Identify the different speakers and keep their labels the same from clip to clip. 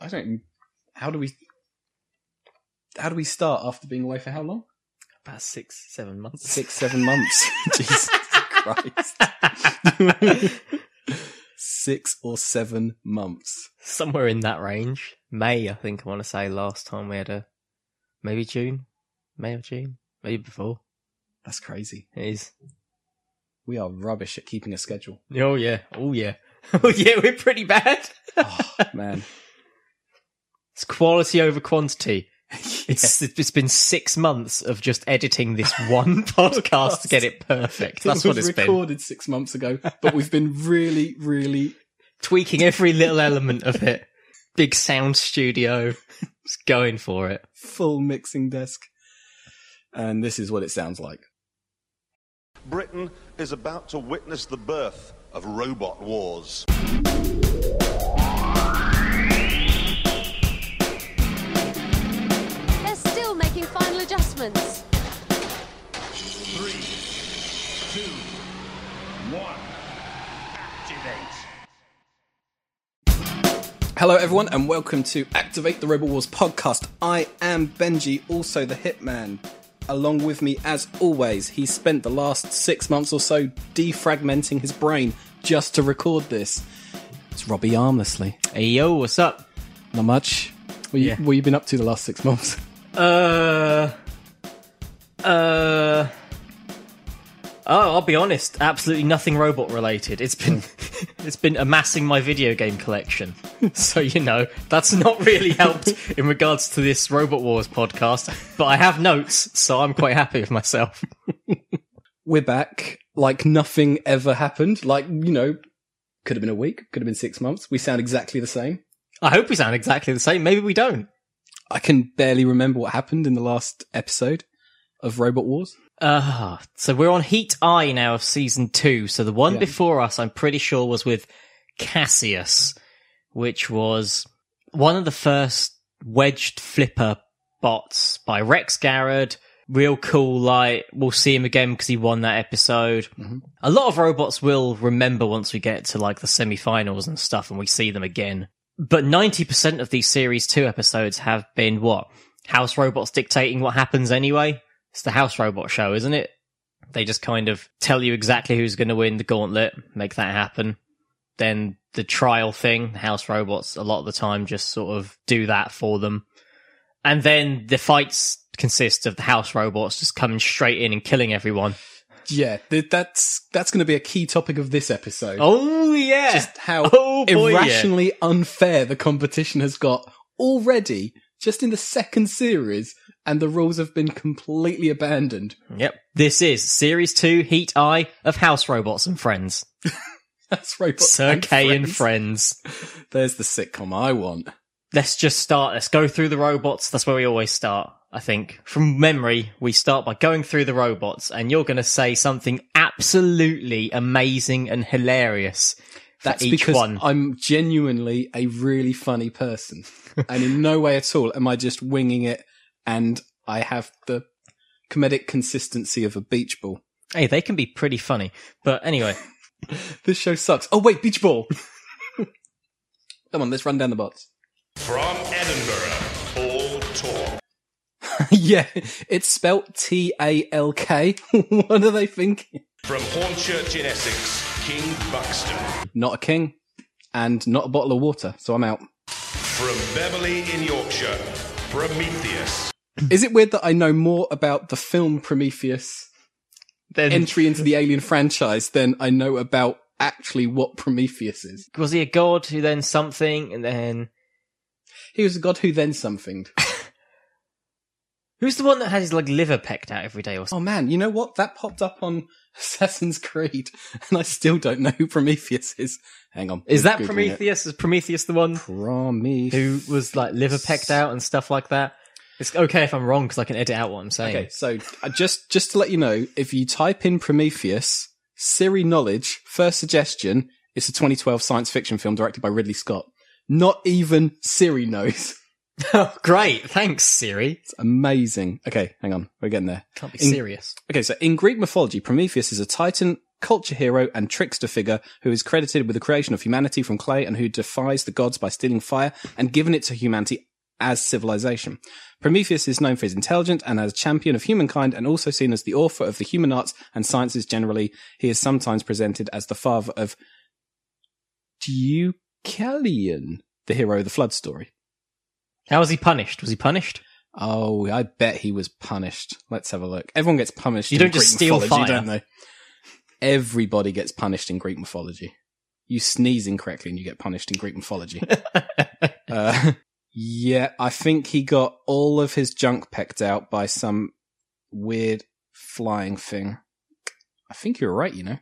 Speaker 1: I don't. How do we? How do we start after being away for how long?
Speaker 2: About six, seven months.
Speaker 1: Six, seven months. Jesus Christ. Six or seven months.
Speaker 2: Somewhere in that range. May, I think I want to say last time we had a maybe June, May or June, maybe before.
Speaker 1: That's crazy.
Speaker 2: It is.
Speaker 1: We are rubbish at keeping a schedule.
Speaker 2: Oh yeah. Oh yeah. Oh yeah. We're pretty bad.
Speaker 1: Oh man.
Speaker 2: It's quality over quantity. It's it's been six months of just editing this one podcast to get it perfect. That's
Speaker 1: it
Speaker 2: what
Speaker 1: was
Speaker 2: it's been.
Speaker 1: recorded six months ago, but we've been really, really
Speaker 2: Tweaking every little element of it. Big sound studio. Just going for it.
Speaker 1: full mixing desk. And this is what it sounds like.
Speaker 3: Britain is about to witness the birth of robot wars.
Speaker 4: They're still making final adjustments.
Speaker 1: Hello, everyone, and welcome to Activate the Rebel Wars podcast. I am Benji, also the Hitman. Along with me, as always, he spent the last six months or so defragmenting his brain just to record this. It's Robbie Armlessly.
Speaker 2: Hey yo, what's up?
Speaker 1: Not much. What you,
Speaker 2: Yeah.
Speaker 1: what you been up to the last six months?
Speaker 2: Uh, uh. Oh, I'll be honest. Absolutely nothing robot related. It's been, it's been amassing my video game collection. So you know that's not really helped in regards to this Robot Wars podcast. But I have notes, so I'm quite happy with myself.
Speaker 1: We're back like nothing ever happened. Like, you know, could have been a week, could have been six months. We sound exactly the same.
Speaker 2: I hope we sound exactly the same. Maybe we don't.
Speaker 1: I can barely remember what happened in the last episode of Robot Wars.
Speaker 2: Uh, so we're on Heat Eye now of season two. So the one
Speaker 1: Yeah.
Speaker 2: before us, I'm pretty sure, was with Cassius, which was one of the first wedged flipper bots by Rex Garrod. Real cool, like, we'll see him again because he won that episode. A lot of robots will remember once we get to like the semi finals and stuff and we see them again. But 90% of these series two episodes have been what? House robots dictating what happens anyway? It's the house robot show, isn't it? They just kind of tell you exactly who's going to win the gauntlet, make that happen. Then the trial thing, house robots a lot of the time just sort of do that for them. And then the fights consist of the house robots just coming straight in and killing everyone.
Speaker 1: Yeah, th- that's that's going to be a key topic of this episode.
Speaker 2: Oh yeah.
Speaker 1: Just how
Speaker 2: Oh, boy, yeah.
Speaker 1: irrationally unfair the competition has got already, just in the second series, and the rules have been completely abandoned.
Speaker 2: Yep. This is series two, Heat Eye of House Robots and Friends.
Speaker 1: That's robots.
Speaker 2: Sir
Speaker 1: and
Speaker 2: Kay
Speaker 1: friends.
Speaker 2: and Friends.
Speaker 1: There's the sitcom I want.
Speaker 2: Let's just start. Let's go through the robots. That's where we always start. I think from memory, we start by going through the robots and you're going to say something absolutely amazing and hilarious for
Speaker 1: That's
Speaker 2: each
Speaker 1: because
Speaker 2: one.
Speaker 1: I'm genuinely a really funny person, and in no way at all am I just winging it. And I have the comedic consistency of a beach ball.
Speaker 2: hey, they can be pretty funny. But anyway,
Speaker 1: This show sucks. Oh wait, beach ball. Come on, let's run down the bots.
Speaker 3: From Edinburgh, all talk.
Speaker 1: yeah, it's spelt T A L K. What are they thinking?
Speaker 3: From Hornchurch in Essex, King Buxton.
Speaker 1: Not a king, and not a bottle of water. So I'm out.
Speaker 3: From Beverley in Yorkshire, Prometheus.
Speaker 1: Is it weird that I know more about the film Prometheus
Speaker 2: then
Speaker 1: entry into the Alien franchise than I know about actually what Prometheus is?
Speaker 2: was he a god who then something and then
Speaker 1: He was a god who then something.
Speaker 2: who's the one that has his like liver pecked out every day or something?
Speaker 1: Oh man, you know what? That popped up on Assassin's Creed, and I still don't know who Prometheus is. Hang on,
Speaker 2: Is that
Speaker 1: Googling it.
Speaker 2: Prometheus? Is Prometheus the one
Speaker 1: Prometheus.
Speaker 2: who was like liver pecked out and stuff like that? It's okay if I'm wrong because I can edit out what I'm saying.
Speaker 1: Okay, so uh, just just to let you know, if you type in Prometheus, Siri knowledge, first suggestion, it's a 2012 science fiction film directed by Ridley Scott. Not even Siri knows.
Speaker 2: Oh, great. Thanks, Siri.
Speaker 1: It's amazing. Okay, hang on, we're getting there.
Speaker 2: Can't be
Speaker 1: In-
Speaker 2: serious.
Speaker 1: Okay, so in Greek mythology, Prometheus is a titan culture hero and trickster figure who is credited with the creation of humanity from clay and who defies the gods by stealing fire and giving it to humanity as civilization. Prometheus is known for his intelligence and as champion of humankind and also seen as the author of the human arts and sciences generally. He is sometimes presented as the father of Deucalion, the hero of the flood story.
Speaker 2: How was he punished? Was he punished?
Speaker 1: Oh, I bet he was punished. Let's have a look. Everyone gets punished.
Speaker 2: You
Speaker 1: in
Speaker 2: don't
Speaker 1: Greek
Speaker 2: just steal
Speaker 1: mythology,
Speaker 2: fire.
Speaker 1: don't they? Everybody gets punished in Greek mythology. You sneeze incorrectly and you get punished in Greek mythology. uh, yeah, I think he got all of his junk pecked out by some weird flying thing. I think you're right, you know.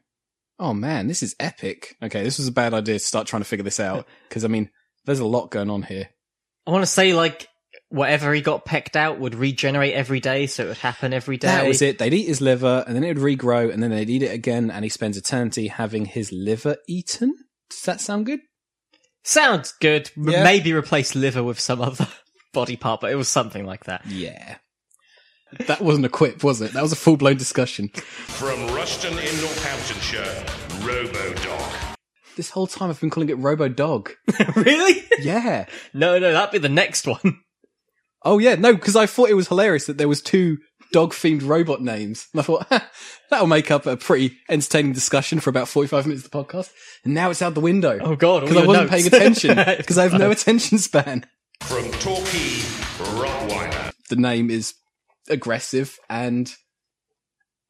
Speaker 1: Oh man, this is epic. Okay, this was a bad idea to start trying to figure this out because I mean, there's a lot going on here.
Speaker 2: I want to say like whatever he got pecked out would regenerate every day, so it would happen every day.
Speaker 1: That was it. They'd eat his liver and then it would regrow and then they'd eat it again and he spends eternity having his liver eaten. Does that sound good?
Speaker 2: Sounds good. M-
Speaker 1: Yeah.
Speaker 2: Maybe replace liver with some other body part, but it was something like that.
Speaker 1: Yeah. That wasn't a quip, was it? That was a full blown discussion.
Speaker 5: From Rushton in Northamptonshire, RoboDog.
Speaker 1: This whole time I've been calling it Robo Dog.
Speaker 2: really?
Speaker 1: Yeah.
Speaker 2: No, no, that'd be the next one.
Speaker 1: Oh yeah, no, because I thought it was hilarious that there was two dog themed robot names. And I thought, "Ha, that'll make up a pretty entertaining discussion for about 45 minutes of the podcast. And now it's out the window.
Speaker 2: Oh, God, all
Speaker 1: Because I
Speaker 2: your
Speaker 1: wasn't
Speaker 2: notes.
Speaker 1: paying attention. Because I have no attention span.
Speaker 5: From Torquay, Rottweiler.
Speaker 1: the name is aggressive and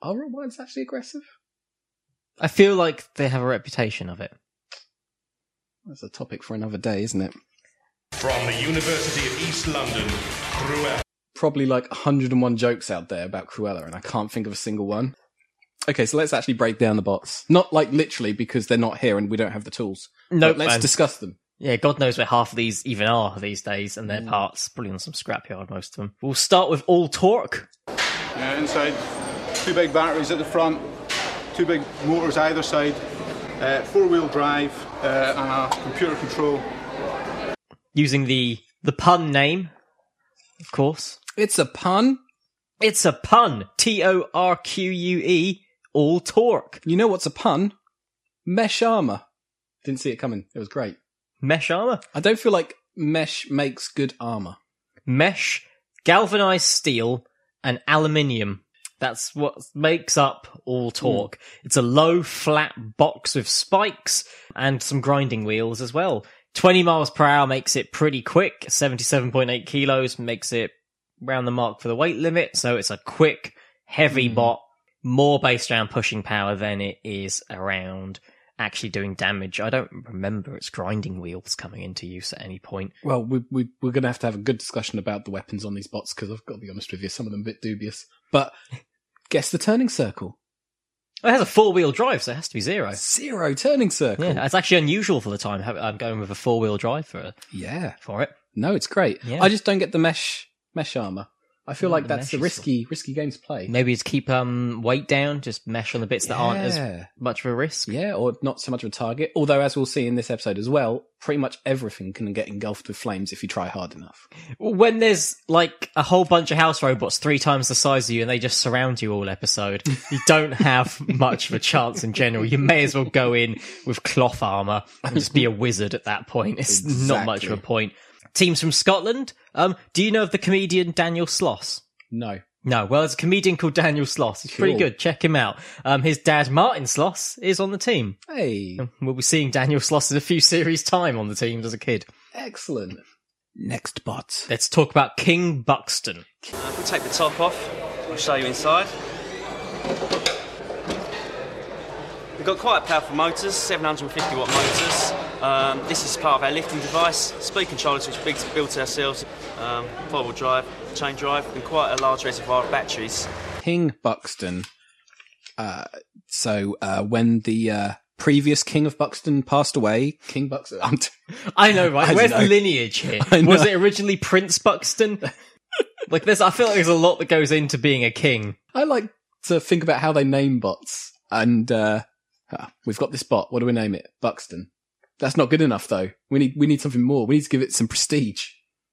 Speaker 1: are Rottweilers actually aggressive?
Speaker 2: I feel like they have a reputation of it.
Speaker 1: That's a topic for another day, isn't it?
Speaker 5: From the University of East London, Cruella.
Speaker 1: Probably like 101 jokes out there about Cruella, and I can't think of a single one. Okay, so let's actually break down the bots. Not like literally because they're not here and we don't have the tools.
Speaker 2: Nope,
Speaker 1: But let's
Speaker 2: and-
Speaker 1: discuss them.
Speaker 2: Yeah, God knows where half of these even are these days, and
Speaker 1: Mm.
Speaker 2: their parts probably on some scrapyard. Most of them. We'll start with all torque.
Speaker 6: Yeah, uh, inside. Two big batteries at the front, two big motors either side, uh, four wheel drive, uh, and a computer control.
Speaker 2: using the the pun name, of course.
Speaker 1: It's a pun.
Speaker 2: It's a pun. T O R Q U E. All torque.
Speaker 1: You know what's a pun? Mesh armor. Didn't see it coming. It was great.
Speaker 2: Mesh armor.
Speaker 1: I don't feel like mesh makes good armor.
Speaker 2: Mesh, galvanized steel, and aluminium. That's what makes up all torque. It's a low, flat box with spikes and some grinding wheels as well. 20 miles per hour makes it pretty quick. 77.8 kilos makes it round the mark for the weight limit. So it's a quick, heavy bot, more based around pushing power than it is around actually doing damage. I don't remember its grinding wheels coming into use at any point.
Speaker 1: Well, we, we, we're going to have to have a good discussion about the weapons on these bots because I've got to be honest with you, some of them a bit dubious. But guess the turning circle.
Speaker 2: Oh, It has a four wheel drive, so it has to be zero.
Speaker 1: Zero turning circle.
Speaker 2: Yeah, it's actually unusual for the time. ha- I'm going with a four wheel drive for
Speaker 1: Yeah.
Speaker 2: for it.
Speaker 1: No, it's great.
Speaker 2: Yeah.
Speaker 1: I just don't get the mesh mesh armor. I feel
Speaker 2: No,
Speaker 1: like
Speaker 2: the
Speaker 1: that's a
Speaker 2: mesh is
Speaker 1: risky risky game to play.
Speaker 2: Maybe it's keep um weight down, just mesh on the bits that aren't as
Speaker 1: Yeah.
Speaker 2: much of a risk.
Speaker 1: Yeah, or not so much of a target. Although, as we'll see in this episode as well, pretty much everything can get engulfed with flames if you try hard enough.
Speaker 2: When there's like a whole bunch of house robots three times the size of you and they just surround you all episode, you don't have much of a chance in general. You may as well go in with cloth armor and just be a wizard at that point. It's not much of a
Speaker 1: Exactly.
Speaker 2: point. Teams from Scotland. Um, do you know of the comedian Daniel Sloss?
Speaker 1: No.
Speaker 2: No, well, there's a comedian called Daniel Sloss. He's pretty
Speaker 1: Cool.
Speaker 2: good. Check him out. Um, his dad, Martin Sloss, is on the team.
Speaker 1: Hey,
Speaker 2: We'll be seeing Daniel Sloss in a few series' time on the team as a kid.
Speaker 1: excellent. Next bot.
Speaker 2: Let's talk about King Buxton.
Speaker 7: If we take the top off, I'll show you inside. We've got quite powerful motors, 750 watt motors. Um, this is part of our lifting device, speed controllers which we built ourselves, um, four-wheel drive, chain drive, and quite a large reservoir of batteries.
Speaker 1: King Buxton. Uh, so uh, when the uh, previous King of Buxton passed away, King Buxton. I'm t-
Speaker 2: I know, right?
Speaker 1: I
Speaker 2: Where's
Speaker 1: know.
Speaker 2: the lineage here?
Speaker 1: I know.
Speaker 2: Was it originally Prince Buxton? like, there's, I feel like there's a lot that goes into being a king.
Speaker 1: I like to think about how they name bots, and uh, ah, we've got this bot. What do we name it? Buxton. That's not good enough, though. We need we need something more. We need to give it some prestige.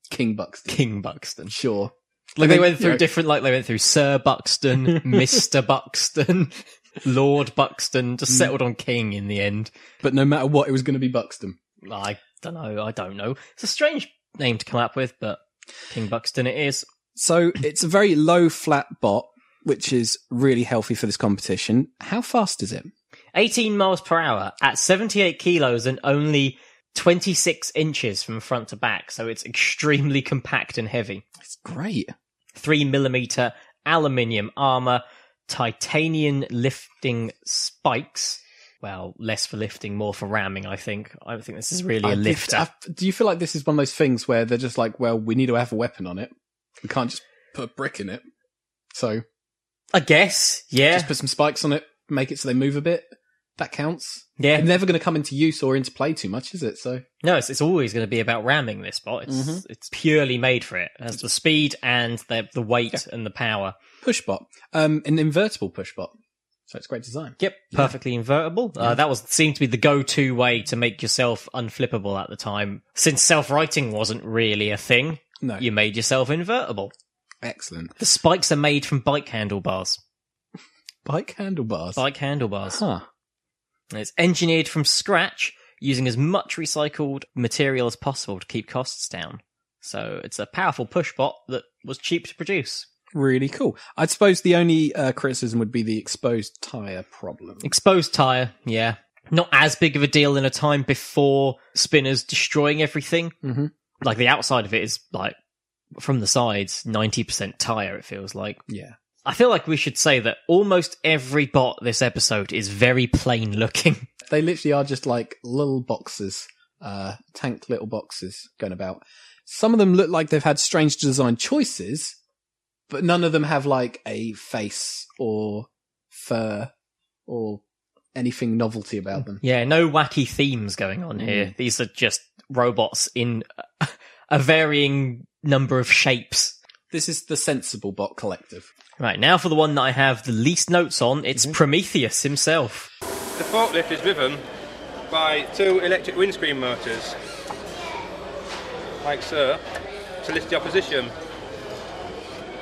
Speaker 1: King Buxton.
Speaker 2: King Buxton.
Speaker 1: Sure.
Speaker 2: Like,
Speaker 1: And
Speaker 2: they
Speaker 1: then,
Speaker 2: went through
Speaker 1: you know,
Speaker 2: different, like, they went through Sir Buxton, Mr. Buxton. Lord Buxton,
Speaker 1: Mm.
Speaker 2: just settled on King in the end.
Speaker 1: But no matter what, it was going to be Buxton.
Speaker 2: I don't know. I don't know. It's a strange name to come up with, but King Buxton it is.
Speaker 1: So it's a very low flat bot, which is really healthy for this competition. How fast is it?
Speaker 2: 18 miles per hour at 78 kilos and only 26 inches from front to back. So it's extremely compact and heavy.
Speaker 1: It's great.
Speaker 2: three millimeter aluminium armor, titanium lifting spikes. Well, less for lifting, more for ramming. I think. I don't think this is really a
Speaker 1: I-
Speaker 2: lifter.
Speaker 1: I- do you feel like this is one of those things where they're just like, well, we need to have a weapon on it. We can't just put a brick in it. So
Speaker 2: I guess. Yeah.
Speaker 1: just put some spikes on it, make it so they move a bit. That counts.
Speaker 2: Yeah.
Speaker 1: It's never going to come into use or into play too much, is it? So
Speaker 2: No, it's, it's always going to be about ramming this bot. It's
Speaker 1: Mm-hmm.
Speaker 2: it's purely made for it. It has the speed and the the weight and the power.
Speaker 1: pushbot, um, an invertible pushbot. So it's great design.
Speaker 2: Yep, perfectly invertible. Uh,
Speaker 1: Mm-hmm.
Speaker 2: that was seemed to be the go-to way to make yourself unflippable at the time, since self-writing wasn't really a thing.
Speaker 1: No.
Speaker 2: you made yourself invertible.
Speaker 1: Excellent.
Speaker 2: The spikes are made from bike handlebars.
Speaker 1: Bike handlebars.
Speaker 2: Bike handlebars.
Speaker 1: Huh.
Speaker 2: And It's engineered from scratch using as much recycled material as possible to keep costs down. So it's a powerful push bot that was cheap to produce.
Speaker 1: Really cool. I suppose the only uh, criticism would be the exposed tire problem.
Speaker 2: Exposed tire, yeah. Not as big of a deal in a time before spinners destroying everything.
Speaker 1: Mhm.
Speaker 2: Like the outside of it is like from the sides, 90% tire, it feels like.
Speaker 1: Yeah.
Speaker 2: I feel like we should say that almost every bot this episode is very plain looking.
Speaker 1: They literally are just like little boxes, uh, tanked little boxes going about. Some of them look like they've had strange design choices, but none of them have like a face or fur or anything novelty about them.
Speaker 2: Yeah, no wacky themes going on here. These are just robots in a varying number of shapes.
Speaker 1: This is the sensible bot collective.
Speaker 2: Right, now for the one that I have the least notes on, it's Prometheus himself.
Speaker 8: The forklift is driven by two electric windscreen motors, like so, to lift the opposition.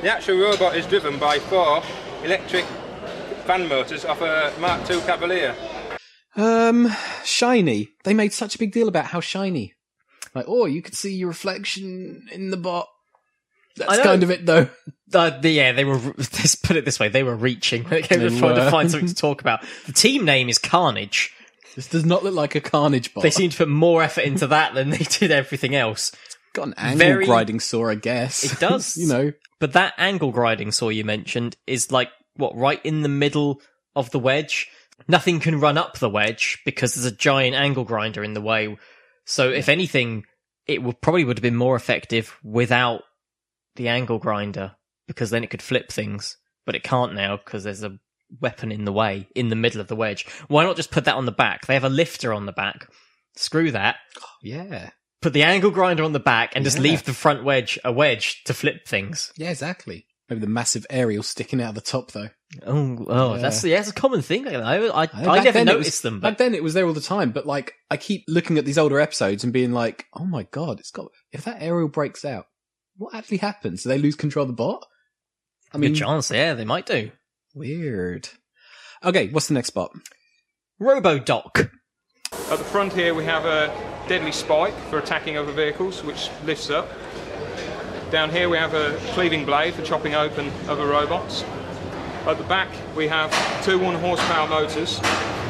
Speaker 8: The actual robot is driven by four electric fan motors off a Mark II Cavalier.
Speaker 1: Um, shiny. They made such a big deal about how shiny. Like, oh, you could see your reflection in the bot. That's
Speaker 2: know.
Speaker 1: kind of it though.
Speaker 2: Uh, the- yeah, they were, let's put it this way, they were reaching. They were
Speaker 1: They were.
Speaker 2: trying to find something to talk about. The team name is Carnage.
Speaker 1: This does not look like a carnage bot.
Speaker 2: They seem to put more effort into that than they did everything else.
Speaker 1: got an angle
Speaker 2: Very-
Speaker 1: grinding saw, I guess.
Speaker 2: It does.
Speaker 1: you know,
Speaker 2: But that angle grinding saw you mentioned is like what right in the middle of the wedge. Nothing can run up the wedge because there's a giant angle grinder in the way. So if anything, it would probably would have been more effective without the angle grinder because then it could flip things. But it can't now because there's a weapon in the way in the middle of the wedge. Why not just put that on the back? They have a lifter on the back. Screw that.
Speaker 1: yeah,
Speaker 2: Put the angle grinder on the back and just
Speaker 1: Yeah.
Speaker 2: leave the front wedge a wedge to flip things.
Speaker 1: yeah, exactly. Maybe the massive aerial sticking out of the top, though.
Speaker 2: Oh, oh,
Speaker 1: Yeah.
Speaker 2: that's yeah, that's a common thing. I I, I,
Speaker 1: Back
Speaker 2: never
Speaker 1: then it
Speaker 2: noticed
Speaker 1: was-
Speaker 2: them,
Speaker 1: back
Speaker 2: but
Speaker 1: then it was there all the time. But like, I keep looking at these older episodes and being like, "Oh my god, it's got if that aerial breaks out, what actually happens? Do they lose control of the bot? I mean,
Speaker 2: good chance. Yeah, they might do.
Speaker 1: weird. Okay, what's the next bot?
Speaker 2: RoboDoc.
Speaker 8: At the front here we have a deadly spike for attacking other vehicles, which lifts up. Down here we have a cleaving blade for chopping open other robots. At the back we have two one horsepower motors,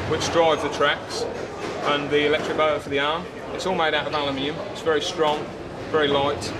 Speaker 8: which drive the tracks, and the electric motor for the arm. It's all made out of aluminium. It's very strong, very light,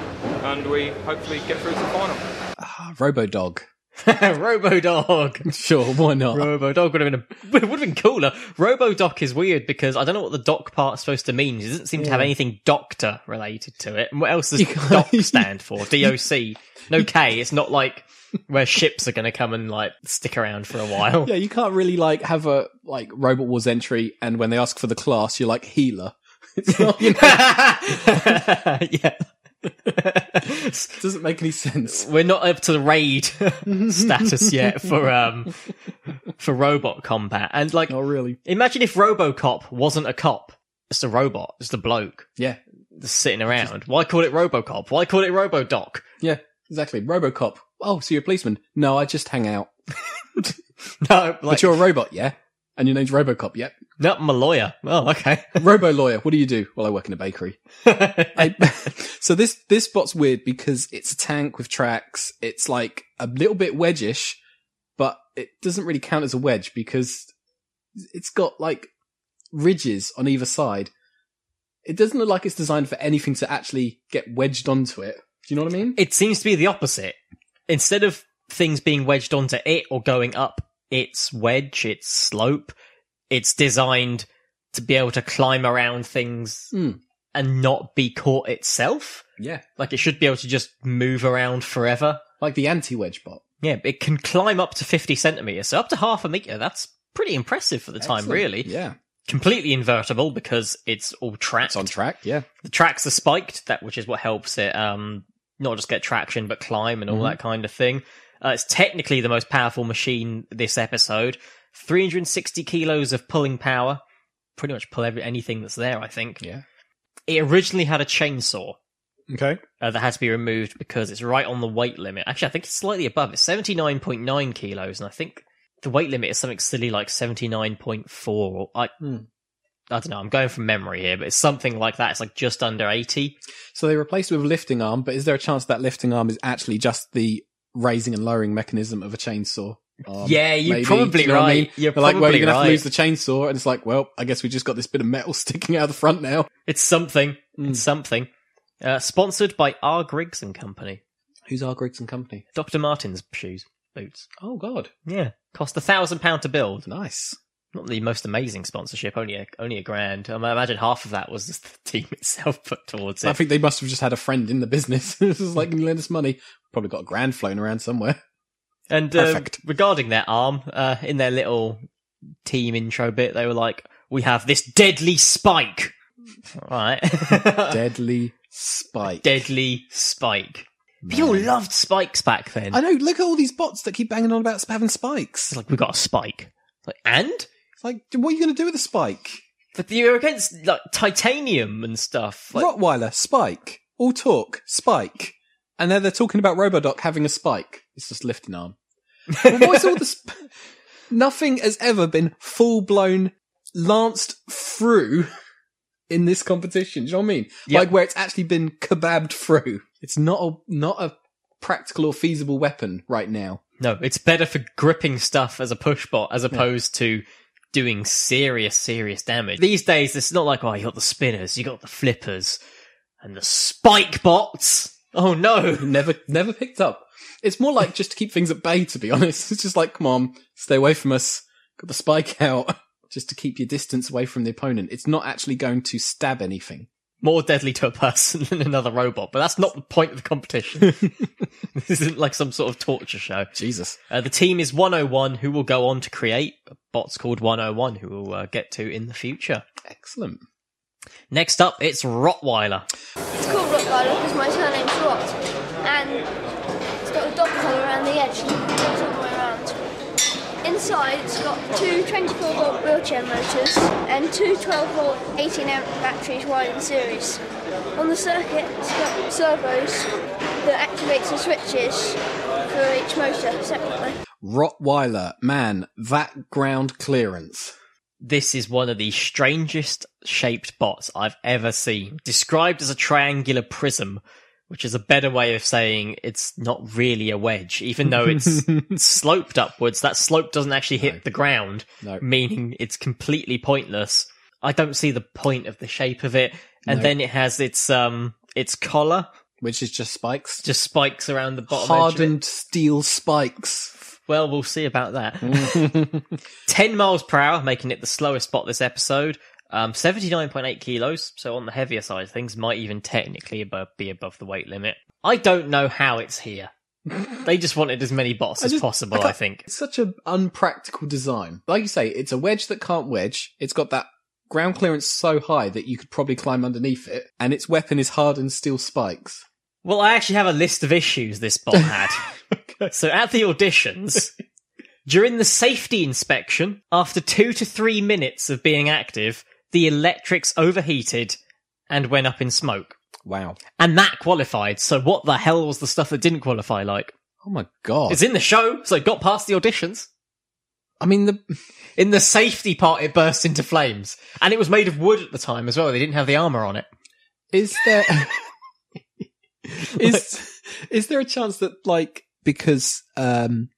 Speaker 8: and we hopefully get through to the final.
Speaker 1: Ah, RoboDog.
Speaker 2: RoboDog.
Speaker 1: Sure, why not?
Speaker 2: RoboDog would have been a, it would have been cooler. RoboDoc is weird because I don't know what the doc part's supposed to mean. It doesn't seem to have anything doctor related to it. And what else does
Speaker 1: can't-
Speaker 2: doc stand for? DOC. No K. It's not like where ships are going to come and like stick around for a while.
Speaker 1: yeah, you can't really like have a like Robot Wars entry, and when they ask for the class, you're like healer. It's not,
Speaker 2: yeah.
Speaker 1: doesn't make any sense.
Speaker 2: we're not up to the raid status yet for um for robot combat. And like,
Speaker 1: Not Oh, really.
Speaker 2: imagine if RoboCop wasn't a cop, it's a robot, it's a bloke
Speaker 1: Yeah,
Speaker 2: just sitting around. Why call it RoboCop? Why call it RoboDoc?
Speaker 1: yeah, exactly. RoboCop. Oh, so you're a policeman? No, I just hang out.
Speaker 2: No, like,
Speaker 1: but you're a robot, yeah? And your name's Robocop, yep.
Speaker 2: no, I'm a lawyer. Oh, okay.
Speaker 1: Robo lawyer, what do you do? Well, I work in a bakery. I, so this this spot's weird because it's a tank with tracks. It's like a little bit wedgish, but it doesn't really count as a wedge because it's got like ridges on either side. It doesn't look like it's designed for anything to actually get wedged onto it. Do you know what I mean?
Speaker 2: it seems to be the opposite. Instead of things being wedged onto it or going up its wedge, its slope, it's designed to be able to climb around things
Speaker 1: Mm.
Speaker 2: and not be caught itself.
Speaker 1: yeah,
Speaker 2: Like it should be able to just move around forever.
Speaker 1: like the anti-wedge bot.
Speaker 2: Yeah, it can climb up to 50 centimeters, so up to half a meter. That's pretty impressive for the time, really.
Speaker 1: Yeah,
Speaker 2: Completely invertible because it's all tracked.
Speaker 1: it's on track. Yeah,
Speaker 2: the tracks are spiked, that which is what helps it um not just get traction but climb and all that kind of thing. Uh, it's technically the most powerful machine this episode. 360 kilos of pulling power, pretty much pull every, anything that's there. I think
Speaker 1: yeah.
Speaker 2: it originally had a chainsaw
Speaker 1: Okay.
Speaker 2: uh, that had to be removed because it's right on the weight limit. Actually, I think it's slightly above. It's 79.9 kilos, and I think the weight limit is something silly like 79.4. Or I, I don't know. I'm going from memory here, but it's something like that. It's like just under 80.
Speaker 1: So they replaced it with a lifting arm, but is there a chance that lifting arm is actually just the raising and lowering mechanism of a chainsaw? arm?
Speaker 2: Yeah, you're
Speaker 1: Maybe.
Speaker 2: probably
Speaker 1: Do you know what I
Speaker 2: right.
Speaker 1: mean?
Speaker 2: You're
Speaker 1: They're like, well,
Speaker 2: probably
Speaker 1: you're gonna have
Speaker 2: right.
Speaker 1: to lose the chainsaw, and it's like, well, I guess we just got this bit of metal sticking out of the front now.
Speaker 2: It's something.
Speaker 1: Mm.
Speaker 2: It's something. Uh, sponsored by R. Griggs and Company.
Speaker 1: Who's our Griggs and Company?
Speaker 2: Dr. Martin's shoes, boots.
Speaker 1: Oh God,
Speaker 2: Yeah. Cost a thousand pound to build.
Speaker 1: nice.
Speaker 2: Not the most amazing sponsorship, only a, only a grand. Um, I imagine half of that was just the team itself put towards
Speaker 1: I
Speaker 2: it.
Speaker 1: think they must have just had a friend in the business. it's just like, can you lend us money? Probably got a grand flown around somewhere.
Speaker 2: And uh,
Speaker 1: Perfect.
Speaker 2: regarding their arm, uh, in their little team intro bit, they were like, "We have this deadly spike." All right. Uh.
Speaker 1: Deadly spike.
Speaker 2: deadly spike. People loved spikes back then.
Speaker 1: I know. Look at all these bots that keep banging on about having spikes.
Speaker 2: It's like we got a spike. Like, and
Speaker 1: It's like, what are you gonna do with a spike?
Speaker 2: But you're against like titanium and stuff. Like,
Speaker 1: Rottweiler, Spike, all talk, Spike. And now they're talking about Robodoc having a spike. It's just lifting arm. But what's all this? Nothing has ever been full blown lanced through in this competition. Do you know what I mean?
Speaker 2: Yep.
Speaker 1: Like where it's actually been kebabbed through. It's not a not a practical or feasible weapon right now.
Speaker 2: no, it's better for gripping stuff as a push bot as opposed to doing serious, serious damage. These days, it's not like oh, you got the spinners, you got the flippers, and the spike bots. Oh no!
Speaker 1: Never never picked up. It's more like just to keep things at bay. To be honest, it's just like, come on, stay away from us. Got the spike out, just to keep your distance away from the opponent. It's not actually going to stab anything.
Speaker 2: More deadly to a person than another robot, but that's not the point of the competition. this isn't like some sort of torture show.
Speaker 1: Jesus.
Speaker 2: Uh, the team is 101, who will go on to create bots called 101, who we'll uh, get to in the future.
Speaker 1: Excellent.
Speaker 2: Next up, it's Rottweiler.
Speaker 4: It's called Rottweiler because my surname's Rot. And it's got a dog collar around the edge. It goes all the way around. Inside, it's got two 24 volt wheelchair motors and two 12 volt 18 amp batteries wired in series. On the circuit, it's got servos that activates the switches for each motor separately.
Speaker 1: Rottweiler, man, that ground clearance.
Speaker 2: This is one of the strangest shaped bots I've ever seen. Described as a triangular prism, which is a better way of saying it's not really a wedge, even though it's sloped upwards. That slope doesn't actually hit the ground,
Speaker 1: No.
Speaker 2: meaning it's completely pointless. I don't see the point of the shape of it. And
Speaker 1: No.
Speaker 2: then it has its um its collar,
Speaker 1: Which is just spikes.
Speaker 2: just spikes around the bottom. edge of it.
Speaker 1: Hardened steel spikes.
Speaker 2: Well, we'll see about that. 10 miles per hour, making it the slowest spot this episode. Um, 79.8 kilos, so on the heavier side of things, might even technically above, be above the weight limit. I don't know how it's here. they just wanted as many bots as
Speaker 1: just-
Speaker 2: possible, I,
Speaker 1: can't-
Speaker 2: think.
Speaker 1: It's such an unpractical design. Like you say, it's a wedge that can't wedge. It's got that ground clearance so high that you could probably climb underneath it. And its weapon is hardened steel spikes.
Speaker 2: Well, I actually have a list of issues this bot had. So at the auditions, during the safety inspection, after two to three minutes of being active, the electrics overheated and went up in smoke.
Speaker 1: Wow.
Speaker 2: And that qualified. So what the hell was the stuff that didn't qualify like?
Speaker 1: Oh my god.
Speaker 2: It's in the show, so it got past the auditions. I mean, the in the safety part, it bursts into flames, and it was made of wood at the time as well. They didn't have the armor on it.
Speaker 1: Is there is is there a chance that like because um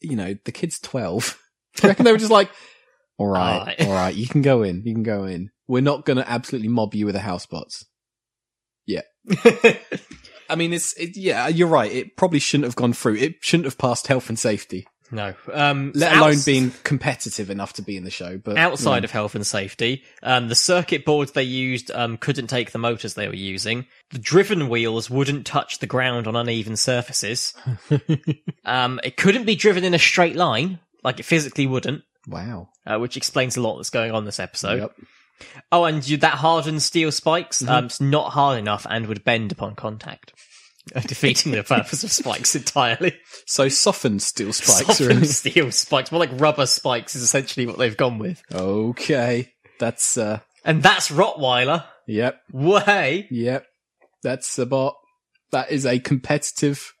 Speaker 1: you know the kid's twelve? Do you reckon they were just like, all right,
Speaker 2: Aye.
Speaker 1: all right, you can go in, you can go in. We're not going to absolutely mob you with the housebots. Yeah. I mean, it's it, yeah, you're right. It probably shouldn't have gone through. It shouldn't have passed health and safety,
Speaker 2: No, um,
Speaker 1: let
Speaker 2: so
Speaker 1: alone
Speaker 2: outs-
Speaker 1: being competitive enough to be in the show. But
Speaker 2: outside of health and safety. Um, the circuit boards they used um, couldn't take the motors they were using. The driven wheels wouldn't touch the ground on uneven surfaces. um, it couldn't be driven in a straight line, like it physically wouldn't,
Speaker 1: wow,
Speaker 2: uh, which explains a lot that's going on this episode.
Speaker 1: Yep.
Speaker 2: Oh, and you, that hardened steel spikes, um, it's not hard enough and would bend upon contact. Uh, Defeating the purpose of spikes entirely.
Speaker 1: so softened steel spikes. are in
Speaker 2: Softened steel spikes, more like rubber spikes, is essentially what they've gone with.
Speaker 1: Okay, that's uh,
Speaker 2: And that's Rottweiler.
Speaker 1: yep,
Speaker 2: Way.
Speaker 1: yep, that's a bot. That is a competitive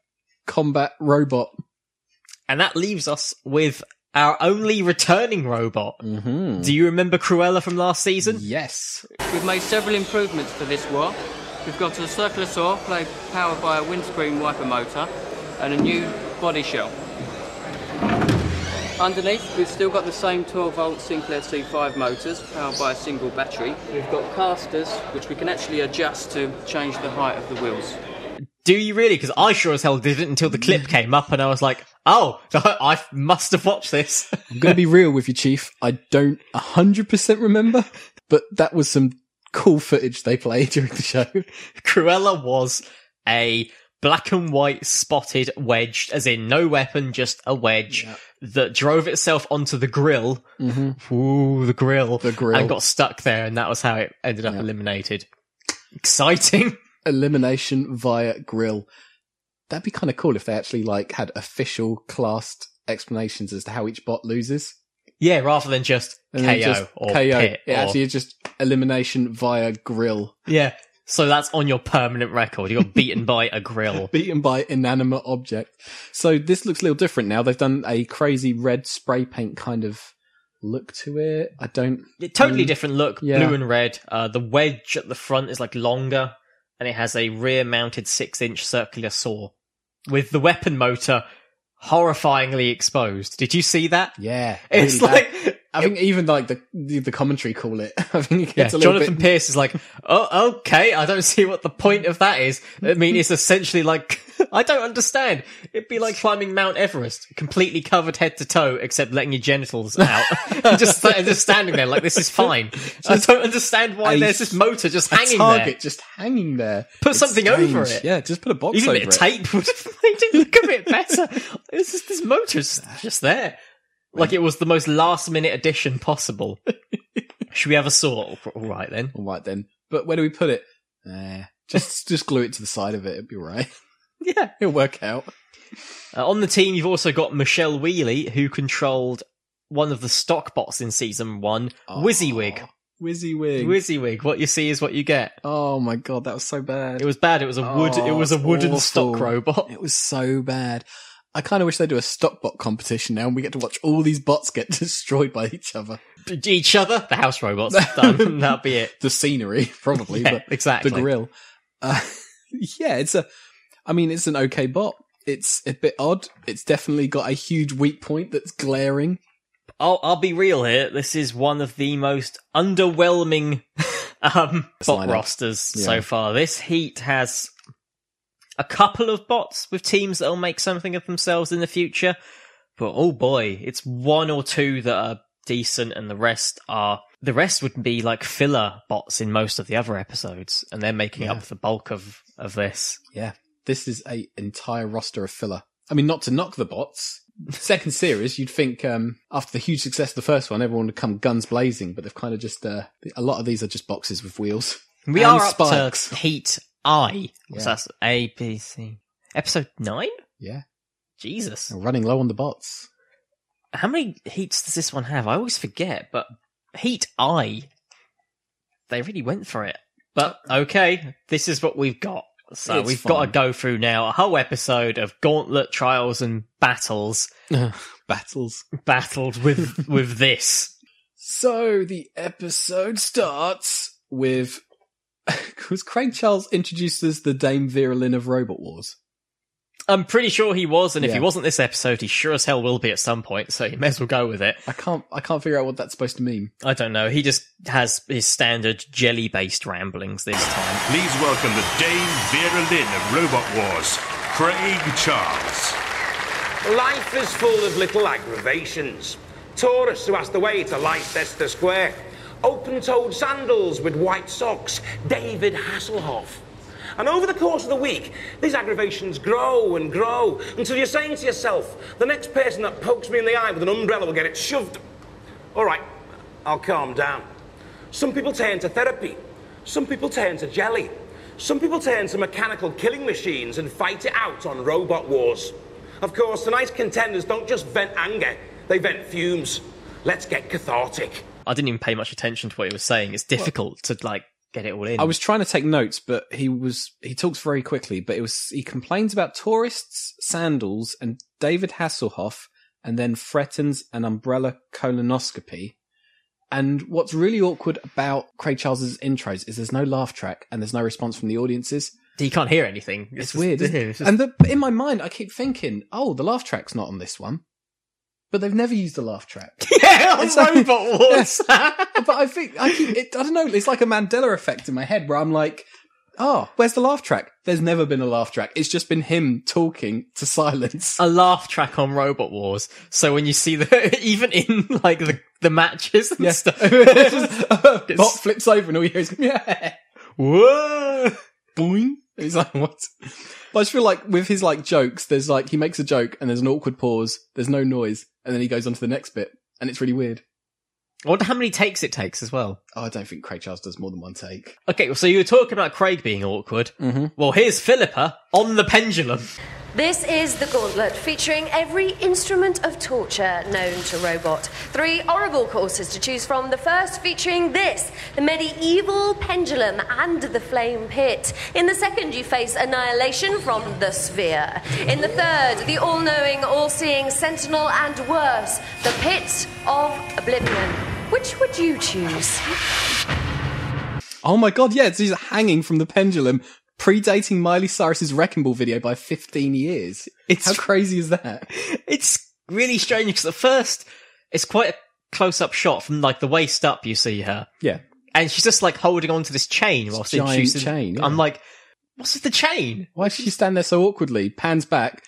Speaker 1: combat robot.
Speaker 2: And that leaves us with our only returning robot. Mm-hmm. Do you remember Cruella from last season?
Speaker 1: Yes,
Speaker 9: We've made several improvements for this war. We've got a circular saw play- powered by a windscreen wiper motor and a new body shell. Underneath, we've still got the same 12 volt Sinclair C5 motors powered by a single battery. We've got casters which we can actually adjust to change the height of the wheels.
Speaker 2: Do you really? Because I sure as hell didn't until the clip came up and I was like, oh, I must have watched this.
Speaker 1: I'm going to be real with you, Chief. I don't hundred percent remember, but that was some cool footage they played during the show.
Speaker 2: Cruella was a black and white spotted wedged, as in no weapon, just a wedge that drove itself onto the grill. Ooh, the grill. The
Speaker 1: Mm-hmm. grill.
Speaker 2: And got stuck there and that was how it ended up eliminated. Exciting.
Speaker 1: Elimination via grill. That'd be kind of cool if they actually like had official classed explanations as to how each bot loses.
Speaker 2: Yeah, rather than just
Speaker 1: And
Speaker 2: KO
Speaker 1: then just
Speaker 2: or
Speaker 1: KO.
Speaker 2: pit.
Speaker 1: it
Speaker 2: or-
Speaker 1: actually is just elimination via grill.
Speaker 2: yeah. So that's on your permanent record. You got beaten by a grill.
Speaker 1: beaten by inanimate object. So this looks a little different now. They've done a crazy red spray paint kind of look to it. I don't.
Speaker 2: Totally different look,
Speaker 1: Mm. Yeah.
Speaker 2: blue and red. Uh, the wedge at the front is like longer, and it has a rear-mounted six-inch circular saw with the weapon motor horrifyingly exposed. Did you see that?
Speaker 1: Yeah,
Speaker 2: It's
Speaker 1: really bad.
Speaker 2: like
Speaker 1: I think even like the the the commentary call it. I think it's a
Speaker 2: Yeah,
Speaker 1: little
Speaker 2: Jonathan
Speaker 1: bit.
Speaker 2: Pierce is like, oh, okay, I don't see what the point of that is. I mean, it's essentially like, I don't understand. It'd be like climbing Mount Everest, completely covered head to toe, except letting your genitals out. and just, sta- just standing there like, this is fine. I don't understand why
Speaker 1: a-
Speaker 2: there's this motor just hanging
Speaker 1: target
Speaker 2: there.
Speaker 1: just hanging there.
Speaker 2: Put something over
Speaker 1: Strange.
Speaker 2: it.
Speaker 1: Yeah, just put a box
Speaker 2: Even a
Speaker 1: over
Speaker 2: bit of
Speaker 1: it.
Speaker 2: tape would have made it look a bit better. It's just, this motor's just there. Like it was the most last minute addition possible. Should we have a saw? All right then.
Speaker 1: All right then. But where do we put it? Nah, just just glue it to the side of it. It'll be all right.
Speaker 2: Yeah.
Speaker 1: It'll work out.
Speaker 2: Uh, on the team, you've also got Michelle Wheely, who controlled one of the stock bots in season one, WYSIWYG.
Speaker 1: WYSIWYG.
Speaker 2: WYSIWYG, what you see is what you get.
Speaker 1: oh my god, that was so bad.
Speaker 2: It was bad. It was a wood. it
Speaker 1: Oh,
Speaker 2: was a
Speaker 1: it's
Speaker 2: wooden
Speaker 1: awful.
Speaker 2: stock robot.
Speaker 1: It was so bad. I kind of wish they do a stock bot competition now, and we get to watch all these bots get destroyed by each other.
Speaker 2: Each other, the house robots. Done. That'll be it.
Speaker 1: The scenery, probably,
Speaker 2: Yeah,
Speaker 1: but
Speaker 2: exactly.
Speaker 1: the grill. Uh, yeah, it's a. I mean, it's an okay bot. It's a bit odd. It's definitely got a huge weak point that's glaring.
Speaker 2: I'll, I'll be real here. This is one of the most underwhelming um, bot
Speaker 1: lineup.
Speaker 2: rosters
Speaker 1: Yeah.
Speaker 2: so far. This heat has a couple of bots with teams that'll make something of themselves in the future, but oh boy, it's one or two that are decent, and the rest are the rest would be like filler bots in most of the other episodes, and they're making up the bulk of of this.
Speaker 1: Yeah, this is a entire roster of filler. I mean, not to knock the bots. Second series, you'd think um, after the huge success of the first one, everyone would come guns blazing, but they've kind of just uh, a lot of these are just boxes with wheels.
Speaker 2: We
Speaker 1: And
Speaker 2: are up
Speaker 1: spikes.
Speaker 2: to heat I.
Speaker 1: Yeah.
Speaker 2: So that's A B C episode nine.
Speaker 1: Yeah,
Speaker 2: Jesus.
Speaker 1: and running low on the bots.
Speaker 2: How many heats does this one have? I always forget, but heat I. They really went for it. But okay, this is what we've got. So
Speaker 1: It's
Speaker 2: we've
Speaker 1: fine.
Speaker 2: got to go through now a whole episode of gauntlet trials and battles
Speaker 1: Battles.
Speaker 2: battled with with this.
Speaker 1: So the episode starts with. Was Craig Charles introduced as the Dame Vera Lynn of Robot Wars?
Speaker 2: I'm pretty sure he was, and if
Speaker 1: Yeah.
Speaker 2: he wasn't this episode, he sure as hell will be at some point. So you may as well go with it.
Speaker 1: I can't. I can't figure out what that's supposed to mean.
Speaker 2: I don't know. He just has his standard jelly based ramblings this time.
Speaker 5: Please welcome the Dame Vera Lynn of Robot Wars, Craig Charles.
Speaker 10: Life is full of little aggravations. Tourists who ask the way to Leicester Square. Open toed sandals with white socks. David Hasselhoff. And over the course of the week, these aggravations grow and grow until you're saying to yourself, the next person that pokes me in the eye with an umbrella will get it shoved. All right, I'll calm down. Some people turn to therapy. Some people turn to jelly. Some people turn to mechanical killing machines and fight it out on robot wars. Of course, tonight's contenders don't just vent anger, they vent fumes. Let's get cathartic.
Speaker 2: I didn't even pay much attention to what he was saying. It's difficult to like get it all in.
Speaker 1: I was trying to take notes, but he was he talks very quickly. But it was he complains about tourists, sandals, and David Hasselhoff, and then threatens an umbrella colonoscopy. And what's really awkward about Craig Charles's intros is there's no laugh track and there's no response from the audiences.
Speaker 2: he can't hear anything.
Speaker 1: It's,
Speaker 2: just-
Speaker 1: weird, isn't it?
Speaker 2: it's just-
Speaker 1: And the, but in my mind, I keep thinking, oh, the laugh track's not on this one, but they've never used the laugh track.
Speaker 2: yeah, on
Speaker 1: It's like-
Speaker 2: robot wars.
Speaker 1: but I think I keep it, I don't know. It's like a Mandela effect in my head where I'm like, oh, where's the laugh track? There's never been a laugh track. It's just been him talking to silence.
Speaker 2: a laugh track on Robot Wars. So when you see the even in like the, the matches and stuff, it's just-
Speaker 1: Bot flips over and all you hear is yeah,
Speaker 2: whoa.
Speaker 1: boing. It's like what? But I just feel like with his like jokes, there's like he makes a joke and there's an awkward pause. There's no noise, and then he goes on to the next bit, and it's really weird.
Speaker 2: I wonder how many takes it takes as well.
Speaker 1: Oh, I don't think Craig Charles does more than one take.
Speaker 2: Okay, so you were talking about Craig being awkward. Mm-hmm. Well, here's Philippa on the pendulum.
Speaker 11: This is The Gauntlet, featuring every instrument of torture known to robot. Three horrible courses to choose from. The first featuring this the medieval pendulum and the flame pit. In the second, you face annihilation from the sphere. In the third, the all knowing, all seeing sentinel, and worse, the pit of oblivion. Which would you choose?
Speaker 1: Oh my god, yeah, it's he's hanging from the pendulum, predating Miley Cyrus's Wrecking Ball video by 15 years.
Speaker 2: It's-
Speaker 1: How crazy is that?
Speaker 2: It's really strange because at first it's quite a close up shot from like the waist up. You see her,
Speaker 1: Yeah.
Speaker 2: and she's just like holding onto this chain whilst
Speaker 1: giant
Speaker 2: introducing.
Speaker 1: chain, yeah.
Speaker 2: I'm like, what's with the chain?
Speaker 1: Why does she stand there so awkwardly? Pans back.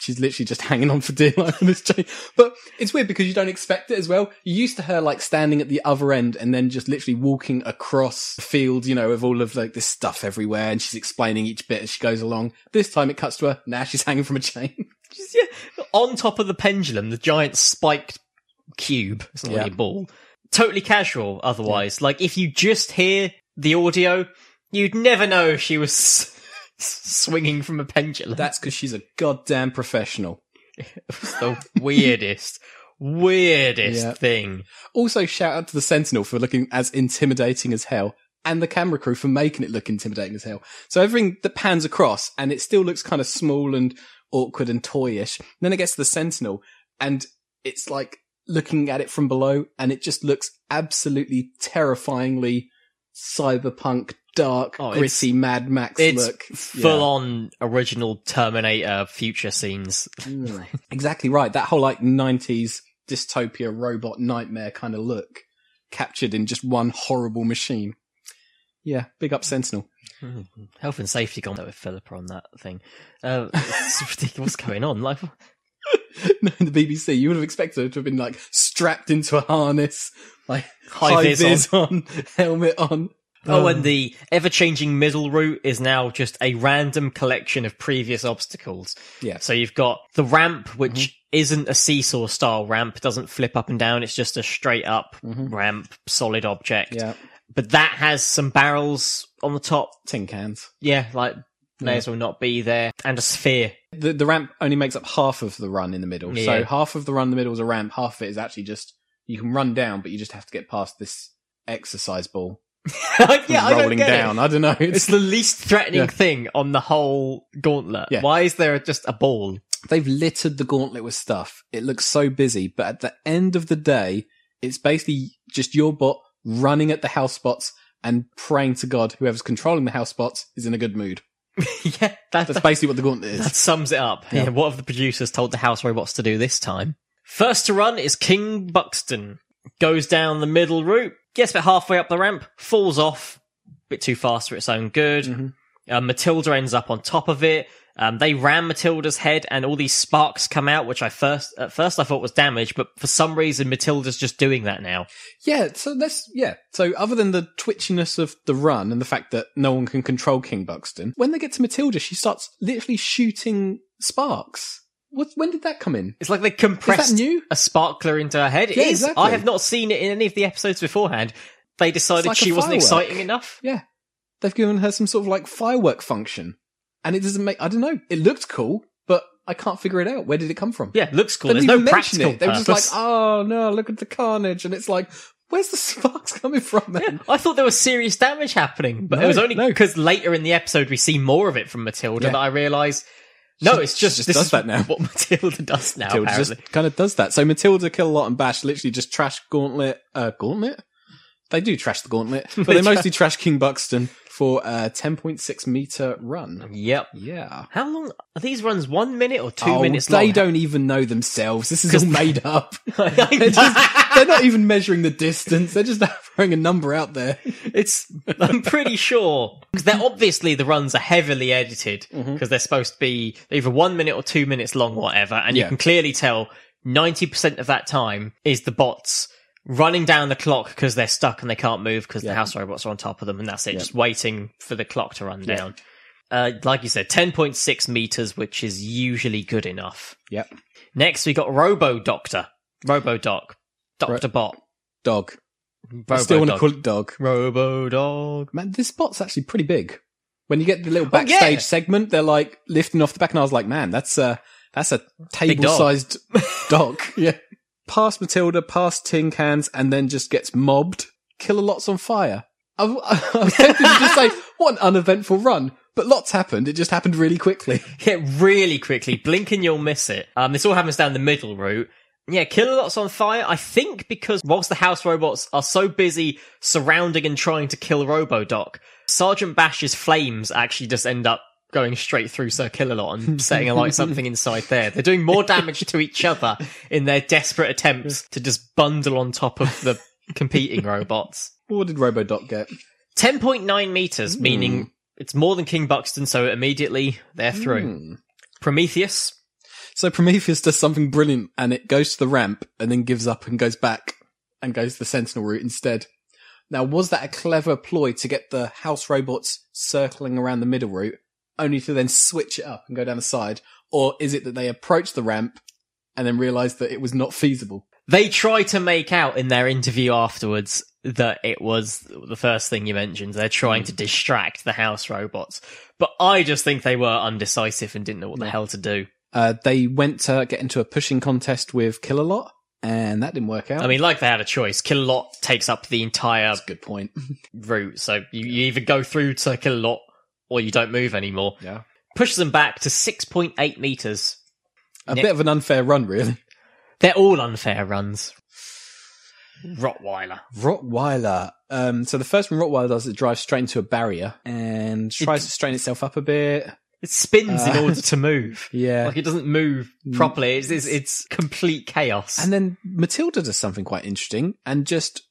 Speaker 1: She's literally just hanging on for dear life on this chain. But it's weird because you don't expect it as well. You're used to her like standing at the other end and then just literally walking across the field, you know, with all of like this stuff everywhere and she's explaining each bit as she goes along. This time it cuts to her. Now she's hanging from a chain.
Speaker 2: Just, yeah, on top of the pendulum, the giant spiked cube. It's not really
Speaker 1: Yeah.
Speaker 2: a ball. Totally casual. Otherwise, like if you just hear the audio, you'd never know she was s- swinging from a pendulum.
Speaker 1: That's because she's a goddamn professional.
Speaker 2: That's the weirdest, weirdest
Speaker 1: Yeah.
Speaker 2: thing.
Speaker 1: Also, shout out to the Sentinel for looking as intimidating as hell, and the camera crew for making it look intimidating as hell. So everything that pans across, and it still looks kind of small and awkward and toyish. Then it gets to the Sentinel, and it's like looking at it from below, and it just looks absolutely terrifyingly cyberpunk, dark,
Speaker 2: Oh, it's-
Speaker 1: gritty, Mad Max
Speaker 2: It's
Speaker 1: look.
Speaker 2: full on original Terminator future scenes.
Speaker 1: on. Exactly right. That whole like '90s dystopia robot nightmare kind of look captured in just one horrible machine. Yeah, big up Sentinel.
Speaker 2: Health and safety gone with Philippa on that thing. Uh, it's ridiculous. What's going on? Like,
Speaker 1: no, in the BBC, you would have expected her to have been like strapped into a harness, like high,
Speaker 2: High vis
Speaker 1: vis on, helmet on.
Speaker 2: Oh, and the ever changing middle route is now just a random collection of previous obstacles.
Speaker 1: Yeah. Mm-hmm.
Speaker 2: So you've got the ramp, which isn't a seesaw style ramp, doesn't flip up and down. It's just a straight up ramp, solid object.
Speaker 1: Mm-hmm. Yeah,
Speaker 2: But that has some barrels on the top.
Speaker 1: tin cans.
Speaker 2: Yeah. Like, may as well not be there. And a sphere.
Speaker 1: The the ramp only makes up half of the run in the middle. So
Speaker 2: Yeah.
Speaker 1: half of the run in the middle is a ramp. Half of it is actually just you can run down, but you just have to get past this exercise ball.
Speaker 2: yeah, I don't
Speaker 1: rolling
Speaker 2: get it.
Speaker 1: down. I don't know.
Speaker 2: It's, the least threatening
Speaker 1: Yeah.
Speaker 2: thing on the whole gauntlet. Why is there just a ball?
Speaker 1: They've littered the gauntlet with stuff. It looks so busy, but at the end of the day, it's basically just your bot running at the house bots and praying to God whoever's controlling the house bots is in a good mood.
Speaker 2: yeah,
Speaker 1: that's basically what the gauntlet is.
Speaker 2: That sums it up. Yeah.
Speaker 1: Yeah.
Speaker 2: what have the producers told the house robots to do this time? First to run is King Buxton. Goes down the middle route, gets about halfway up the ramp, falls off, bit too fast for its own good.
Speaker 1: Mm-hmm.
Speaker 2: Uh, Matilda ends up on top of it. Um, they ram Matilda's head, and all these sparks come out, which I first at first I thought was damage, but for some reason Matilda's just doing that now.
Speaker 1: Yeah, so that's yeah. So other than the twitchiness of the run and the fact that no one can control King Buxton, when they get to Matilda, she starts literally shooting sparks. What? When did that come in?
Speaker 2: It's like they compressed
Speaker 1: new?
Speaker 2: a sparkler into her head. It
Speaker 1: Yeah,
Speaker 2: is.
Speaker 1: exactly.
Speaker 2: I have not seen it in any of the episodes beforehand. They decided
Speaker 1: like a
Speaker 2: she wasn't
Speaker 1: firework.
Speaker 2: exciting enough.
Speaker 1: Yeah, they've given her some sort of like firework function, and it doesn't make. I don't know. It looked cool, but I can't figure it out. Where did it come from?
Speaker 2: Yeah, looks cool.
Speaker 1: They didn't
Speaker 2: There's
Speaker 1: even
Speaker 2: no
Speaker 1: mention
Speaker 2: practical
Speaker 1: it. They were just like,
Speaker 2: purpose.
Speaker 1: oh no, look at the carnage, and it's like, where's the sparks coming from? Then?
Speaker 2: I thought there was serious damage happening, but
Speaker 1: "Oh, No,
Speaker 2: it was only because later in the episode we see more of it from Matilda
Speaker 1: Yeah.
Speaker 2: that I realised. No,
Speaker 1: She-
Speaker 2: it's
Speaker 1: she
Speaker 2: just,
Speaker 1: just
Speaker 2: this
Speaker 1: does
Speaker 2: is
Speaker 1: that now.
Speaker 2: What Matilda does now,
Speaker 1: Matilda
Speaker 2: apparently.
Speaker 1: just kind of does that. So Matilda, Kill a Lot, and Bash literally just trash Gauntlet. Uh, gauntlet? They do trash the Gauntlet, but
Speaker 2: They
Speaker 1: they mostly
Speaker 2: tra-
Speaker 1: trash King Buxton for a 10.6 meter run.
Speaker 2: Yep.
Speaker 1: Yeah.
Speaker 2: How long are these runs? One minute or two
Speaker 1: Oh,
Speaker 2: minutes
Speaker 1: They
Speaker 2: long?
Speaker 1: don't even know themselves. This is
Speaker 2: 'Cause
Speaker 1: all made up. they're, just- they're not even measuring the distance. They're just throwing a number out there.
Speaker 2: It's I'm pretty sure because they're obviously the runs are heavily edited because
Speaker 1: Mm-hmm.
Speaker 2: they're supposed to be either one minute or two minutes long, whatever. And you
Speaker 1: Yeah.
Speaker 2: can clearly tell ninety percent of that time is the bots running down the clock because they're stuck and they can't move because the house robots are on top of them, and that's it,
Speaker 1: Yeah.
Speaker 2: just waiting for the clock to run
Speaker 1: Yeah.
Speaker 2: down. Uh, like you said, ten point six meters, which is usually good enough.
Speaker 1: Yep.
Speaker 2: Next, we got Robo Doctor, Robo Doc, Doctor Bot,
Speaker 1: Dog.
Speaker 2: Robo
Speaker 1: I still want to
Speaker 2: Dog.
Speaker 1: call it dog.
Speaker 2: Robo dog.
Speaker 1: Man, this spot's actually pretty big. When you get the little
Speaker 2: Oh, yeah.
Speaker 1: backstage segment, they're like lifting off the back, and I was like, man, that's a that's a
Speaker 2: Big dog.
Speaker 1: table-sized dock. Yeah, past Matilda, past tin cans, and then just gets mobbed. Killer lots on fire. I, I was tempted to just say, what an uneventful run, but lots happened. It just happened really quickly.
Speaker 2: Yeah, really quickly. Blink and you'll miss it. Um, this all happens down the middle route. Yeah, Killer Lot's on fire. I think because whilst the house robots are so busy surrounding and trying to kill Robodoc, Sergeant Bash's flames actually just end up going straight through Sir Killer Lot and setting alight something inside there. They're doing more damage to each other in their desperate attempts to just bundle on top of the competing robots.
Speaker 1: What did RoboDoc get?
Speaker 2: 10.9 meters,
Speaker 1: Hmm.
Speaker 2: meaning it's more than King Buxton, so immediately they're
Speaker 1: Hmm.
Speaker 2: through. Prometheus.
Speaker 1: So Prometheus does something brilliant, and it goes to the ramp, and then gives up and goes back, and goes to the Sentinel route instead. Now, was that a clever ploy to get the house robots circling around the middle route, only to then switch it up and go down the side, or is it that they approached the ramp and then realised that it was not feasible?
Speaker 2: They try to make out in their interview afterwards that it was the first thing you mentioned. They're trying
Speaker 1: Hmm.
Speaker 2: to distract the house robots. But I just think they were undecisive and didn't know what the hell to do.
Speaker 1: Uh, they went to get into a pushing contest with Killer Lot, and that didn't work out.
Speaker 2: I mean, like they had a choice. Killer Lot takes up the entire
Speaker 1: good point.
Speaker 2: route. So you, you either go through to Killer Lot or you don't move anymore.
Speaker 1: Yeah.
Speaker 2: Pushes them back to 6.8 meters.
Speaker 1: a bit of an unfair run, really.
Speaker 2: They're all unfair runs. Rottweiler.
Speaker 1: Rottweiler. Um, so the first one Rottweiler does is it drives straight into a barrier and tries to strain itself up a bit.
Speaker 2: It spins in
Speaker 1: Uh,
Speaker 2: order to move.
Speaker 1: Yeah. Mm.
Speaker 2: Like it doesn't move properly. It's, it's, it's complete chaos.
Speaker 1: And then Matilda does something quite interesting and just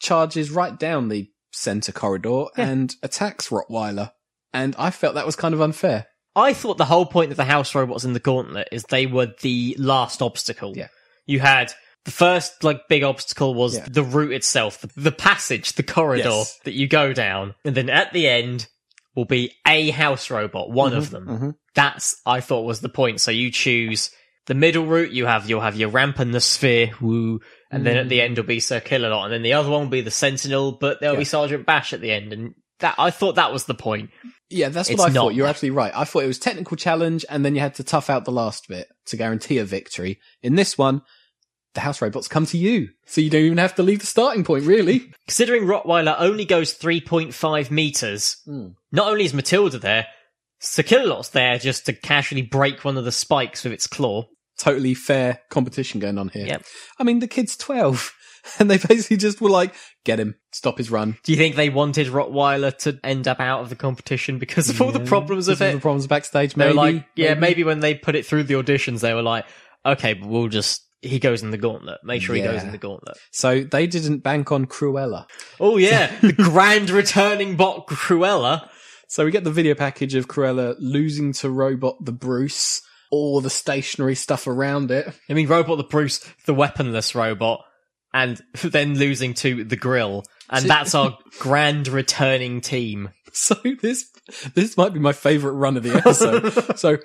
Speaker 1: charges right down the center corridor and attacks Rottweiler. And I felt that was kind of unfair.
Speaker 2: I thought the whole point of the house robots in the gauntlet is they were the last obstacle.
Speaker 1: Yeah.
Speaker 2: You had the first like big obstacle was
Speaker 1: Yeah.
Speaker 2: the route itself, the, the passage, the corridor
Speaker 1: Yes.
Speaker 2: that you go down, and then at the end will be a house robot, one of
Speaker 1: Mm-hmm.
Speaker 2: them. That's I thought was the point. So you choose the middle route, you have you'll have your ramp and the sphere, woo, and then at
Speaker 1: Mm.
Speaker 2: the end will be Sir Killer Lot, and then the other one will be the Sentinel, but there'll be Sergeant Bash at the end, and that I thought that was the point.
Speaker 1: Yeah, that's what
Speaker 2: It's
Speaker 1: I
Speaker 2: not.
Speaker 1: thought. You're absolutely right. I thought it was technical challenge and then you had to tough out the last bit to guarantee a victory. In this one, the house robots come to you. So you don't even have to leave the starting point, really.
Speaker 2: Considering Rottweiler only goes 3.5 meters,
Speaker 1: Hmm.
Speaker 2: not only is Matilda there, Sakilot's there just to casually break one of the spikes with its claw.
Speaker 1: Totally fair competition going on here.
Speaker 2: Yep.
Speaker 1: I mean, the kid's 12 and they basically just were like, get him, stop his run.
Speaker 2: Do you think they wanted Rottweiler to end up out of the competition because of all the problems of
Speaker 1: Because
Speaker 2: it?
Speaker 1: The problems backstage,
Speaker 2: they
Speaker 1: maybe.
Speaker 2: were like, yeah, maybe.
Speaker 1: maybe.
Speaker 2: when they put it through the auditions, they were like, okay, but we'll just, he goes in the gauntlet. Make sure he goes
Speaker 1: Yeah.
Speaker 2: in the gauntlet.
Speaker 1: So they didn't bank on Cruella.
Speaker 2: Oh, yeah, the grand returning bot Cruella.
Speaker 1: So we get the video package of Cruella losing to Robot the Bruce, all the stationary stuff around it.
Speaker 2: I mean, Robot the Bruce, the weaponless robot, and then losing to the grill. And
Speaker 1: So-
Speaker 2: that's our grand returning team.
Speaker 1: So this this might be my favourite run of the episode. so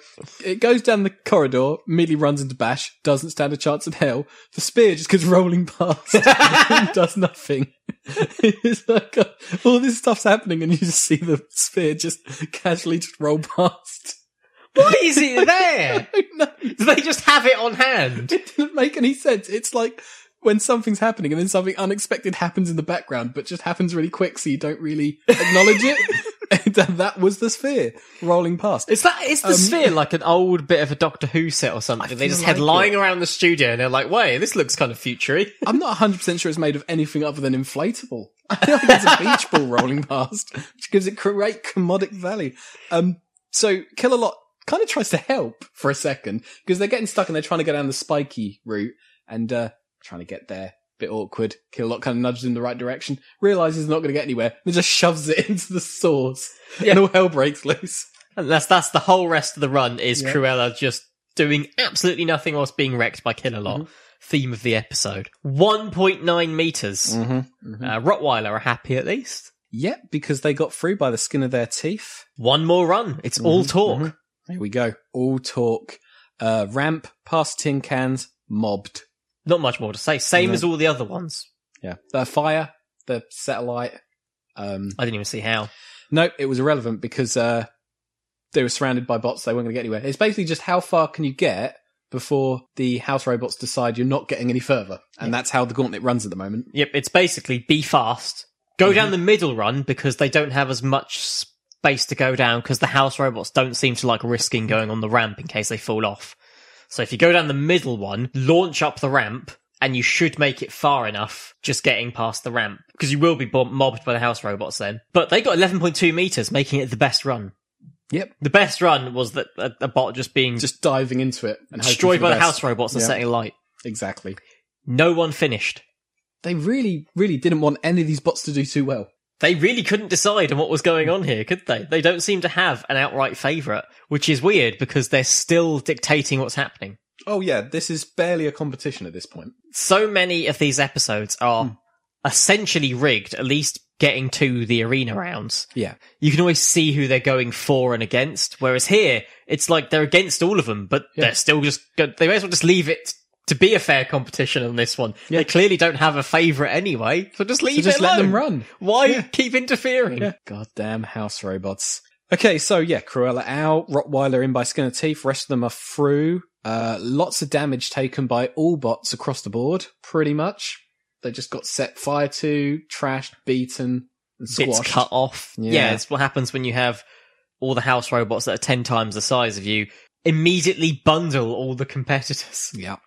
Speaker 1: it goes down the corridor, immediately runs into Bash, doesn't stand a chance in hell. The spear just goes rolling past and does nothing. it's like uh, all this stuff's happening and you just see the spear just casually just roll past.
Speaker 2: Why is it there?
Speaker 1: No,
Speaker 2: Do they just have it on hand?
Speaker 1: it didn't make any sense. It's like when something's happening and then something unexpected happens in the background, but just happens really quick, so you don't really acknowledge it. And that was the sphere rolling past.
Speaker 2: Is that is the
Speaker 1: Um,
Speaker 2: sphere like an old bit of a Doctor Who set or something? They
Speaker 1: feel
Speaker 2: just had
Speaker 1: like
Speaker 2: lying
Speaker 1: it.
Speaker 2: around the studio and they're like, wait, this looks kind of futury.
Speaker 1: I'm not 100% sure it's made of anything other than inflatable. I think it's a beach ball rolling past, which gives it great commodic value. Um, so Killalot kind of tries to help for a second because they're getting stuck and they're trying to go down the spiky route and, uh, trying to get there. Bit awkward. Killalot kind of nudges in the right direction, realizes he's not going to get anywhere, and just shoves it into the source and all hell breaks loose.
Speaker 2: And that's that's the whole rest of the run is
Speaker 1: Yeah.
Speaker 2: Cruella just doing absolutely nothing whilst being wrecked by Killer Lot. Theme of the episode. 1.9 meters.
Speaker 1: Mm-hmm.
Speaker 2: Uh, Rottweiler are happy at least.
Speaker 1: Yep, because they got through by the skin of their teeth.
Speaker 2: One more run. It's all
Speaker 1: Mm-hmm.
Speaker 2: talk.
Speaker 1: Here we go. All talk. Uh, ramp, past tin cans, mobbed.
Speaker 2: Not much more to say. Same
Speaker 1: No.
Speaker 2: as all the other ones.
Speaker 1: Yeah. The fire, the satellite. Um,
Speaker 2: I didn't even see how.
Speaker 1: no, it was irrelevant because, uh, they were surrounded by bots. They weren't going to get anywhere. It's basically just how far can you get before the house robots decide you're not getting any further. And that's how the gauntlet runs at the moment.
Speaker 2: Yep, it's basically be fast. Go
Speaker 1: Mm-hmm.
Speaker 2: down the middle run because they don't have as much space to go down because the house robots don't seem to like risking going on the ramp in case they fall off. So if you go down the middle one, launch up the ramp and you should make it far enough just getting past the ramp because you will be bo- mobbed by the house robots then. But they got 11.2 meters, making it the best run.
Speaker 1: Yep.
Speaker 2: The best run was that a, a bot just being
Speaker 1: Just diving into it and hoping
Speaker 2: destroyed
Speaker 1: for
Speaker 2: by the
Speaker 1: best.
Speaker 2: house robots and
Speaker 1: Yeah,
Speaker 2: setting light.
Speaker 1: Exactly.
Speaker 2: No one finished.
Speaker 1: They really, really didn't want any of these bots to do too well.
Speaker 2: they really couldn't decide on what was going on here, could they? They don't seem to have an outright favourite, which is weird because they're still dictating what's happening.
Speaker 1: Oh yeah, this is barely a competition at this point.
Speaker 2: So many of these episodes are
Speaker 1: Hmm.
Speaker 2: essentially rigged, at least getting to the arena rounds.
Speaker 1: Yeah.
Speaker 2: You can always see who they're going for and against, whereas here, it's like they're against all of them, but
Speaker 1: Yeah.
Speaker 2: they're still just, go- they may as well just leave it to be a fair competition on this one. They clearly don't have a favourite anyway, so just leave
Speaker 1: So
Speaker 2: it
Speaker 1: just let them
Speaker 2: alone.
Speaker 1: run.
Speaker 2: Why keep interfering?
Speaker 1: Goddamn house robots. Okay, so yeah, Cruella out, Rottweiler in by skin of teeth, rest of them are through. Uh, lots of damage taken by all bots across the board, pretty much. They just got set fire to, trashed, beaten, and
Speaker 2: bits
Speaker 1: squashed.
Speaker 2: cut off.
Speaker 1: Yeah.
Speaker 2: Yeah. it's what happens when you have all the house robots that are 10 times the size of you immediately bundle all the competitors.
Speaker 1: Yeah.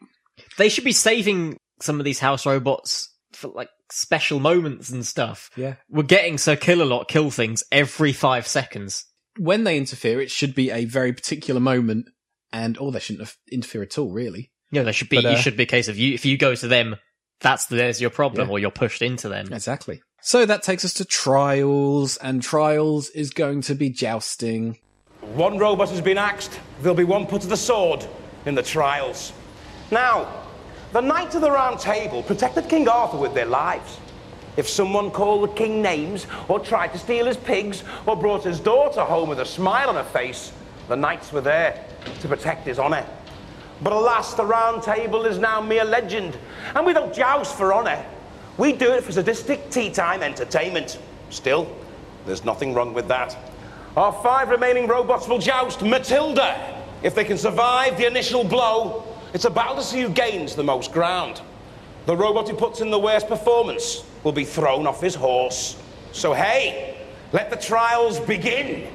Speaker 2: They should be saving some of these house robots for like special moments and stuff.
Speaker 1: Yeah.
Speaker 2: We're getting Sir Kill a lot kill things every five seconds.
Speaker 1: When they interfere, it should be a very particular moment, and or they shouldn't have interfere at all, really.
Speaker 2: You know, there should be,
Speaker 1: But, uh,
Speaker 2: you should be a case of you, if you go to them, that's there's your problem
Speaker 1: Yeah.
Speaker 2: or you're pushed into them.
Speaker 1: Exactly. So that takes us to trials, and trials is going to be jousting.
Speaker 10: One robot has been axed, there'll be one put to the sword in the trials. Now, the Knights of the Round Table protected King Arthur with their lives. If someone called the king names, or tried to steal his pigs, or brought his daughter home with a smile on her face, the knights were there to protect his honour. But alas, the Round Table is now mere legend, and we don't joust for honour. We do it for sadistic tea time entertainment. Still, there's nothing wrong with that. Our five remaining robots will joust Matilda. If they can survive the initial blow, it's a battle to see who gains the most ground. The robot who puts in the worst performance will be thrown off his horse. So, hey, let the trials begin.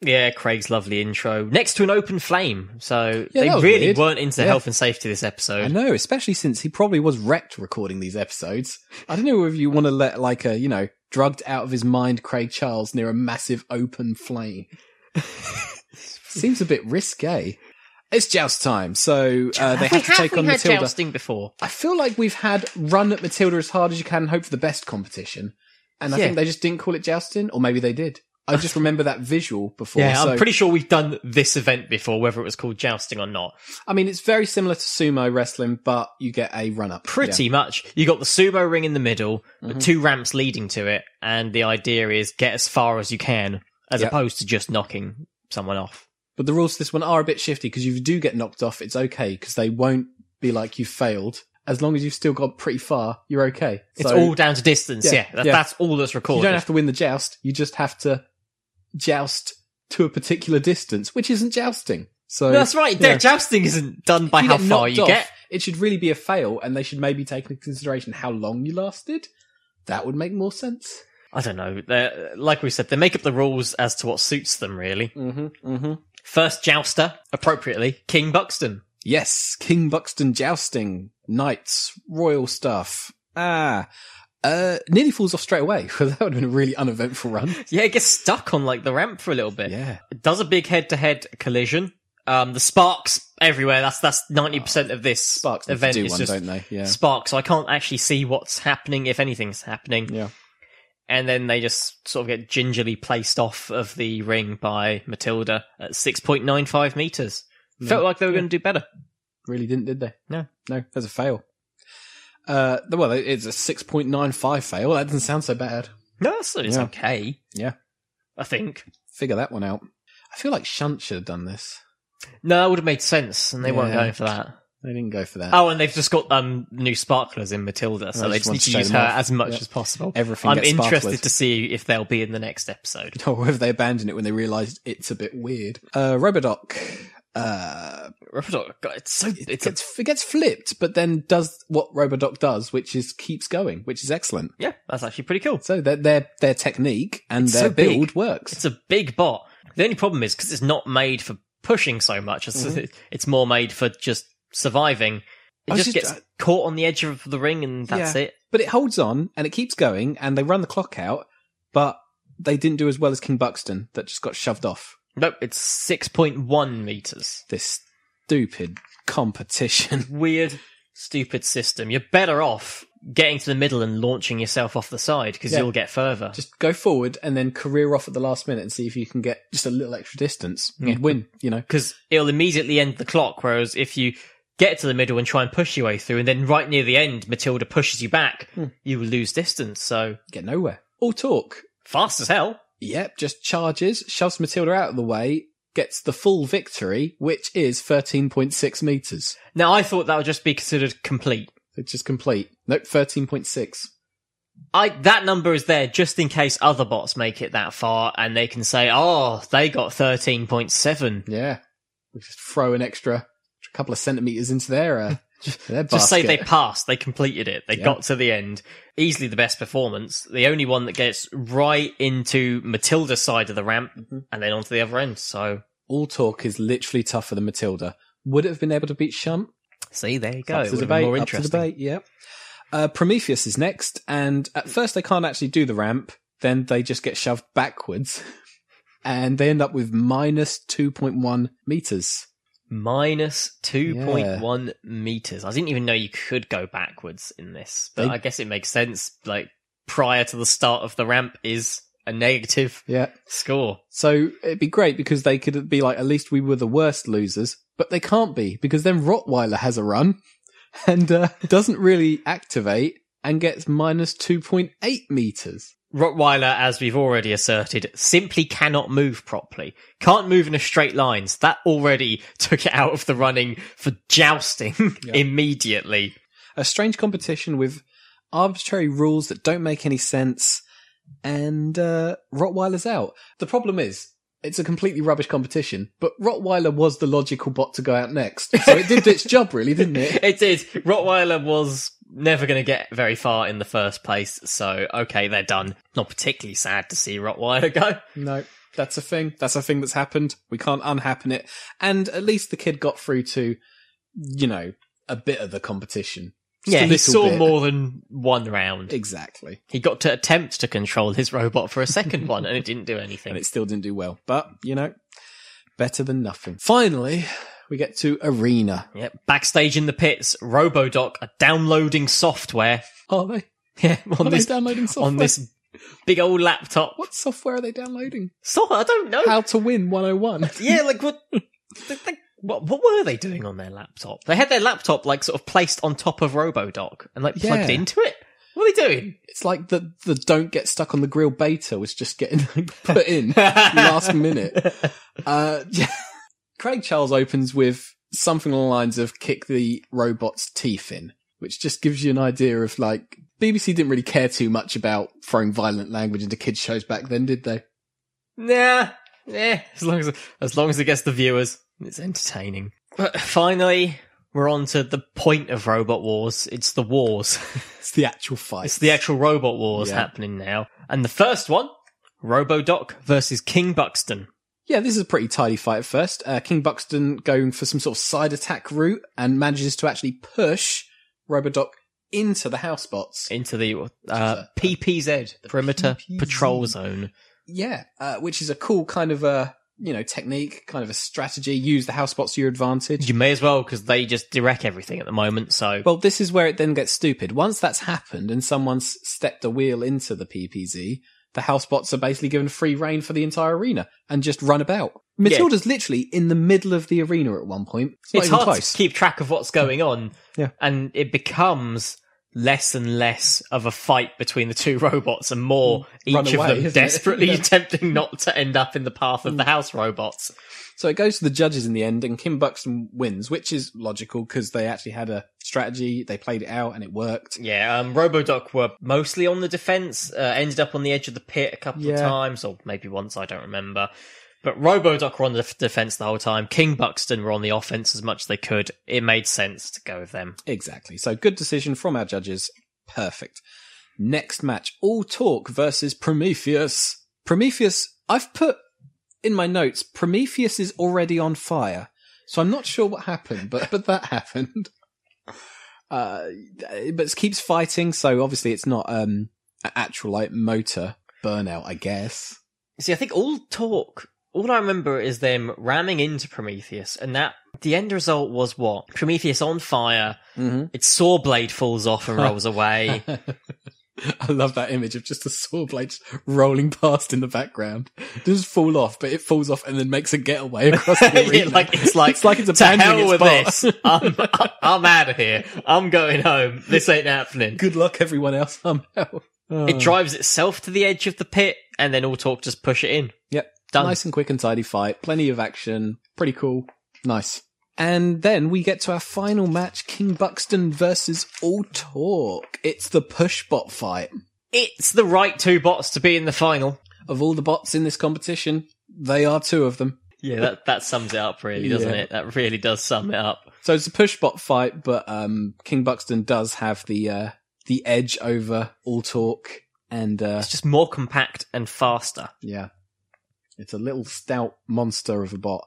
Speaker 2: Yeah, Craig's lovely intro next to an open flame. So
Speaker 1: Yeah, that
Speaker 2: they
Speaker 1: was
Speaker 2: really
Speaker 1: weird.
Speaker 2: weren't into
Speaker 1: Yeah.
Speaker 2: health and safety this episode.
Speaker 1: I know, especially since he probably was wrecked recording these episodes. I don't know if you want to let like a, you know, drugged out of his mind Craig Charles near a massive open flame. Seems a bit risque. It's joust time, so uh, they
Speaker 2: we
Speaker 1: have to take
Speaker 2: we
Speaker 1: on
Speaker 2: had
Speaker 1: Matilda.
Speaker 2: jousting before.
Speaker 1: I feel like we've had run at Matilda as hard as you can and hope for the best competition. And I
Speaker 2: Yeah.
Speaker 1: think they just didn't call it jousting, or maybe they did. I just remember that visual before.
Speaker 2: Yeah,
Speaker 1: so-
Speaker 2: I'm pretty sure we've done this event before, whether it was called jousting or not.
Speaker 1: I mean, it's very similar to sumo wrestling, but you get a run up.
Speaker 2: Pretty much. You got the sumo ring in the middle,
Speaker 1: Mm-hmm.
Speaker 2: with two ramps leading to it, and the idea is get as far as you can, as
Speaker 1: Yeah.
Speaker 2: opposed to just knocking someone off.
Speaker 1: But the rules for this one are a bit shifty because if you do get knocked off, it's okay because they won't be like you failed. As long as you've still got pretty far, you're okay.
Speaker 2: It's
Speaker 1: So-
Speaker 2: all down to distance. Yeah, that- that's all that's
Speaker 1: You
Speaker 2: recorded.
Speaker 1: don't have to win the joust. You just have to joust to a particular distance, which isn't jousting. So
Speaker 2: No, that's right.
Speaker 1: yeah.
Speaker 2: Jousting isn't done by
Speaker 1: If you
Speaker 2: how
Speaker 1: get
Speaker 2: far
Speaker 1: knocked
Speaker 2: you
Speaker 1: off,
Speaker 2: get.
Speaker 1: It should really be a fail, and they should maybe take into consideration how long you lasted. That would make more sense.
Speaker 2: I don't know. They're, like we said, they make up the rules as to what suits them, really.
Speaker 1: Mm-hmm, mm-hmm.
Speaker 2: First jouster, appropriately, King Buxton.
Speaker 1: Yes, King Buxton jousting, knights, royal stuff. Ah, uh, nearly falls off straight away because that would have been a really uneventful run.
Speaker 2: Yeah, it gets stuck on like the ramp for a little bit.
Speaker 1: Yeah.
Speaker 2: Does a big head to head collision. Um, the sparks everywhere. That's that's ninety percent of this sparks
Speaker 1: need to
Speaker 2: event
Speaker 1: do
Speaker 2: is
Speaker 1: one,
Speaker 2: just
Speaker 1: don't they? Yeah.
Speaker 2: sparks. So I can't actually see what's happening if anything's happening.
Speaker 1: Yeah.
Speaker 2: And then they just sort of get gingerly placed off of the ring by Matilda at six point nine five meters. Felt like they were going to do better.
Speaker 1: Really didn't, did they?
Speaker 2: No.
Speaker 1: No, that's a fail. Uh, well, it's a 6.95 fail. That doesn't sound so bad.
Speaker 2: No, that's it's
Speaker 1: Yeah.
Speaker 2: okay.
Speaker 1: Yeah.
Speaker 2: I think.
Speaker 1: Figure that one out. I feel like Shunt should have done this.
Speaker 2: No, that would have made sense, and they weren't
Speaker 1: Yeah.
Speaker 2: going for that.
Speaker 1: They didn't go for that.
Speaker 2: Oh, and they've just got um new sparklers in Matilda, so
Speaker 1: I just
Speaker 2: they just
Speaker 1: want
Speaker 2: need
Speaker 1: to
Speaker 2: to
Speaker 1: show
Speaker 2: use
Speaker 1: them
Speaker 2: her
Speaker 1: off.
Speaker 2: as much
Speaker 1: Yep.
Speaker 2: as possible.
Speaker 1: Everything
Speaker 2: I'm
Speaker 1: gets sparklers.
Speaker 2: interested to see if they'll be in the next episode.
Speaker 1: Or have they abandoned it when they realised it's a bit weird? Uh, Robodoc. Uh,
Speaker 2: Robodoc, God, it's so
Speaker 1: it
Speaker 2: it's a-
Speaker 1: gets, it gets flipped, but then does what Robodoc does, which is keeps going, which is excellent.
Speaker 2: yeah, that's actually pretty cool.
Speaker 1: So their their, their technique and
Speaker 2: It's
Speaker 1: their
Speaker 2: so big.
Speaker 1: build works.
Speaker 2: It's a big bot. The only problem is because it's not made for pushing so much. It's, it's more made for just surviving. It
Speaker 1: Mm-hmm. I was
Speaker 2: just
Speaker 1: just-
Speaker 2: gets caught on the edge of the ring, and that's
Speaker 1: Yeah.
Speaker 2: it.
Speaker 1: But it holds on and it keeps going, and they run the clock out, but they didn't do as well as King Buxton that just got shoved off.
Speaker 2: Nope, it's six point one meters.
Speaker 1: This stupid competition.
Speaker 2: Weird, stupid system. You're better off getting to the middle and launching yourself off the side because
Speaker 1: Yeah.
Speaker 2: you'll get further.
Speaker 1: just go forward and then career off at the last minute and see if you can get just a little extra distance.
Speaker 2: Mm-hmm.
Speaker 1: You'd win, you know.
Speaker 2: because it'll immediately end the clock. Whereas if you get to the middle and try and push your way through, and then right near the end, Matilda pushes you back,
Speaker 1: Hmm.
Speaker 2: you will lose distance. So
Speaker 1: Get nowhere. All talk.
Speaker 2: fast as hell.
Speaker 1: Yep, just charges, shoves Matilda out of the way, gets the full victory, which is 13.6 meters.
Speaker 2: Now I thought that would just be considered complete.
Speaker 1: It's just complete. Nope, 13.6.
Speaker 2: I that number is there just in case other bots make it that far and they can say, "Oh, they got thirteen point seven.
Speaker 1: Yeah. We just throw an extra couple of centimeters into their, uh, their basket.
Speaker 2: Just say they passed, they completed it, they
Speaker 1: Yeah.
Speaker 2: got to the end. Easily the best performance. The only one that gets right into Matilda's side of the ramp
Speaker 1: Mm-hmm.
Speaker 2: and then onto the other end. So
Speaker 1: All talk is literally tougher than Matilda. Would it have been able to beat Shunt?
Speaker 2: See, there you
Speaker 1: It's Up to debate. Up to debate. Yeah. Uh, Prometheus is next, and at first they can't actually do the ramp. Then they just get shoved backwards, and they end up with minus two point one meters.
Speaker 2: Minus 2.1 meters. I didn't even know you could go backwards in this, but
Speaker 1: They-
Speaker 2: I guess it makes sense. Like, prior to the start of the ramp is a negative
Speaker 1: Yeah.
Speaker 2: score.
Speaker 1: So it'd be great because they could be like, at least we were the worst losers, but they can't be because then Rottweiler has a run and uh, doesn't really activate and gets minus two point eight meters.
Speaker 2: Rottweiler, as we've already asserted, simply cannot move properly. Can't move in a straight line. So that already took it out of the running for jousting immediately.
Speaker 1: a strange competition with arbitrary rules that don't make any sense and uh, Rottweiler's out. The problem is, it's a completely rubbish competition, but Rottweiler was the logical bot to go out next. So it did its job really, didn't it?
Speaker 2: It is. Rottweiler was never going to get very far in the first place. So, okay, they're done. Not particularly sad to see Rottweiler go.
Speaker 1: No, that's a thing. That's a thing that's happened. We can't unhappen it. And at least the kid got through to, you know, a bit of the competition. Just
Speaker 2: yeah,
Speaker 1: a
Speaker 2: he
Speaker 1: little
Speaker 2: saw
Speaker 1: bit.
Speaker 2: more than one round.
Speaker 1: Exactly.
Speaker 2: He got to attempt to control his robot for a second one, and it didn't do anything.
Speaker 1: And it still didn't do well. But, you know, better than nothing. Finally, we get to Arena.
Speaker 2: Yep. Backstage in the pits, Robodoc are downloading software.
Speaker 1: Are they?
Speaker 2: Yeah, on
Speaker 1: Are they
Speaker 2: this
Speaker 1: downloading
Speaker 2: on
Speaker 1: software?
Speaker 2: this big old laptop.
Speaker 1: What software are they downloading?
Speaker 2: So I don't know.
Speaker 1: How to Win 101.
Speaker 2: yeah, like what, th- th- what? What were they doing on their laptop? They had their laptop like sort of placed on top of RoboDoc and like plugged
Speaker 1: Yeah.
Speaker 2: into it. What are they doing?
Speaker 1: It's like the, the don't get stuck on the grill beta was just getting like, put in last minute. Uh, Craig Charles opens with something along the lines of kick the robot's teeth in, which just gives you an idea of like, BBC didn't really care too much about throwing violent language into kids' shows back then, did they?
Speaker 2: Nah, yeah. As long as as long as it gets the viewers, it's entertaining. But finally, we're on to the point of Robot Wars. It's the wars.
Speaker 1: It's the actual fight.
Speaker 2: It's the actual robot wars
Speaker 1: Yeah.
Speaker 2: happening now. And the first one, Robodoc versus King Buxton.
Speaker 1: Yeah, this is a pretty tidy fight at first. Uh, King Buxton going for some sort of side attack route and manages to actually push Robodoc into the house bots.
Speaker 2: into the uh, PPZ perimeter patrol zone.
Speaker 1: Yeah, uh, which is a cool kind of a you know technique, kind of a strategy. Use the house bots to your advantage.
Speaker 2: You may as well because they just direct everything at the moment. So
Speaker 1: Well, this is where it then gets stupid. Once that's happened and someone's stepped a wheel into the PPZ, the house bots are basically given free reign for the entire arena and just run about. Matilda's literally in the middle of the arena at one point. It's, not
Speaker 2: it's
Speaker 1: even
Speaker 2: hard
Speaker 1: close.
Speaker 2: to keep track of what's going on,
Speaker 1: Yeah.
Speaker 2: and it becomes less and less of a fight between the two robots and more
Speaker 1: Mm.
Speaker 2: each
Speaker 1: Run
Speaker 2: of
Speaker 1: away,
Speaker 2: them
Speaker 1: isn't it?
Speaker 2: desperately
Speaker 1: Yeah. Mm.
Speaker 2: attempting not to end up in the path of the house robots.
Speaker 1: So it goes to the judges in the end, and Kim Buxton wins, which is logical because they actually had a strategy, they played it out, and it worked.
Speaker 2: Yeah, um, Robodoc were mostly on the defense, uh, ended up on the edge of the pit a couple of
Speaker 1: Yeah.
Speaker 2: times, or maybe once, I don't remember. But Robodoc were on the f- defense the whole time. King Buxton were on the offense as much as they could. It made sense to go with them.
Speaker 1: Exactly. So good decision from our judges. Perfect. Next match All Talk versus Prometheus. Prometheus, I've put in my notes, Prometheus is already on fire. So I'm not sure what happened, but, but that happened. Uh, but it keeps fighting, so obviously it's not um, an actual like motor burnout, I guess.
Speaker 2: See, I think all talk, all I remember is them ramming into Prometheus, and that the end result was what? Prometheus on fire,
Speaker 1: Mm-hmm.
Speaker 2: its saw blade falls off and rolls away.
Speaker 1: I love that image of just a saw blade just rolling past in the background. It doesn't fall off, but it falls off and then makes a getaway across the arena.
Speaker 2: It, like it's like
Speaker 1: it's like it's
Speaker 2: to
Speaker 1: abandoning
Speaker 2: hell
Speaker 1: its
Speaker 2: with
Speaker 1: boss.
Speaker 2: this. I'm, I'm out of here. I'm going home. This ain't happening.
Speaker 1: Good luck, everyone else. I'm out.
Speaker 2: It drives itself to the edge of the pit, and then all talk just push it in.
Speaker 1: Yep,
Speaker 2: Done.
Speaker 1: nice and quick and tidy fight. Plenty of action. Pretty cool. Nice. And then we get to our final match: King Buxton versus All Talk. It's the push bot fight.
Speaker 2: It's the right two bots to be in the final.
Speaker 1: Of all the bots in this competition, they are two of them.
Speaker 2: Yeah, that that sums it up, really, doesn't
Speaker 1: Yeah.
Speaker 2: it? That really does sum it up.
Speaker 1: So it's a push bot fight, but um, King Buxton does have the uh, the edge over all talk, and uh,
Speaker 2: It's just more compact and faster.
Speaker 1: yeah, it's a little stout monster of a bot.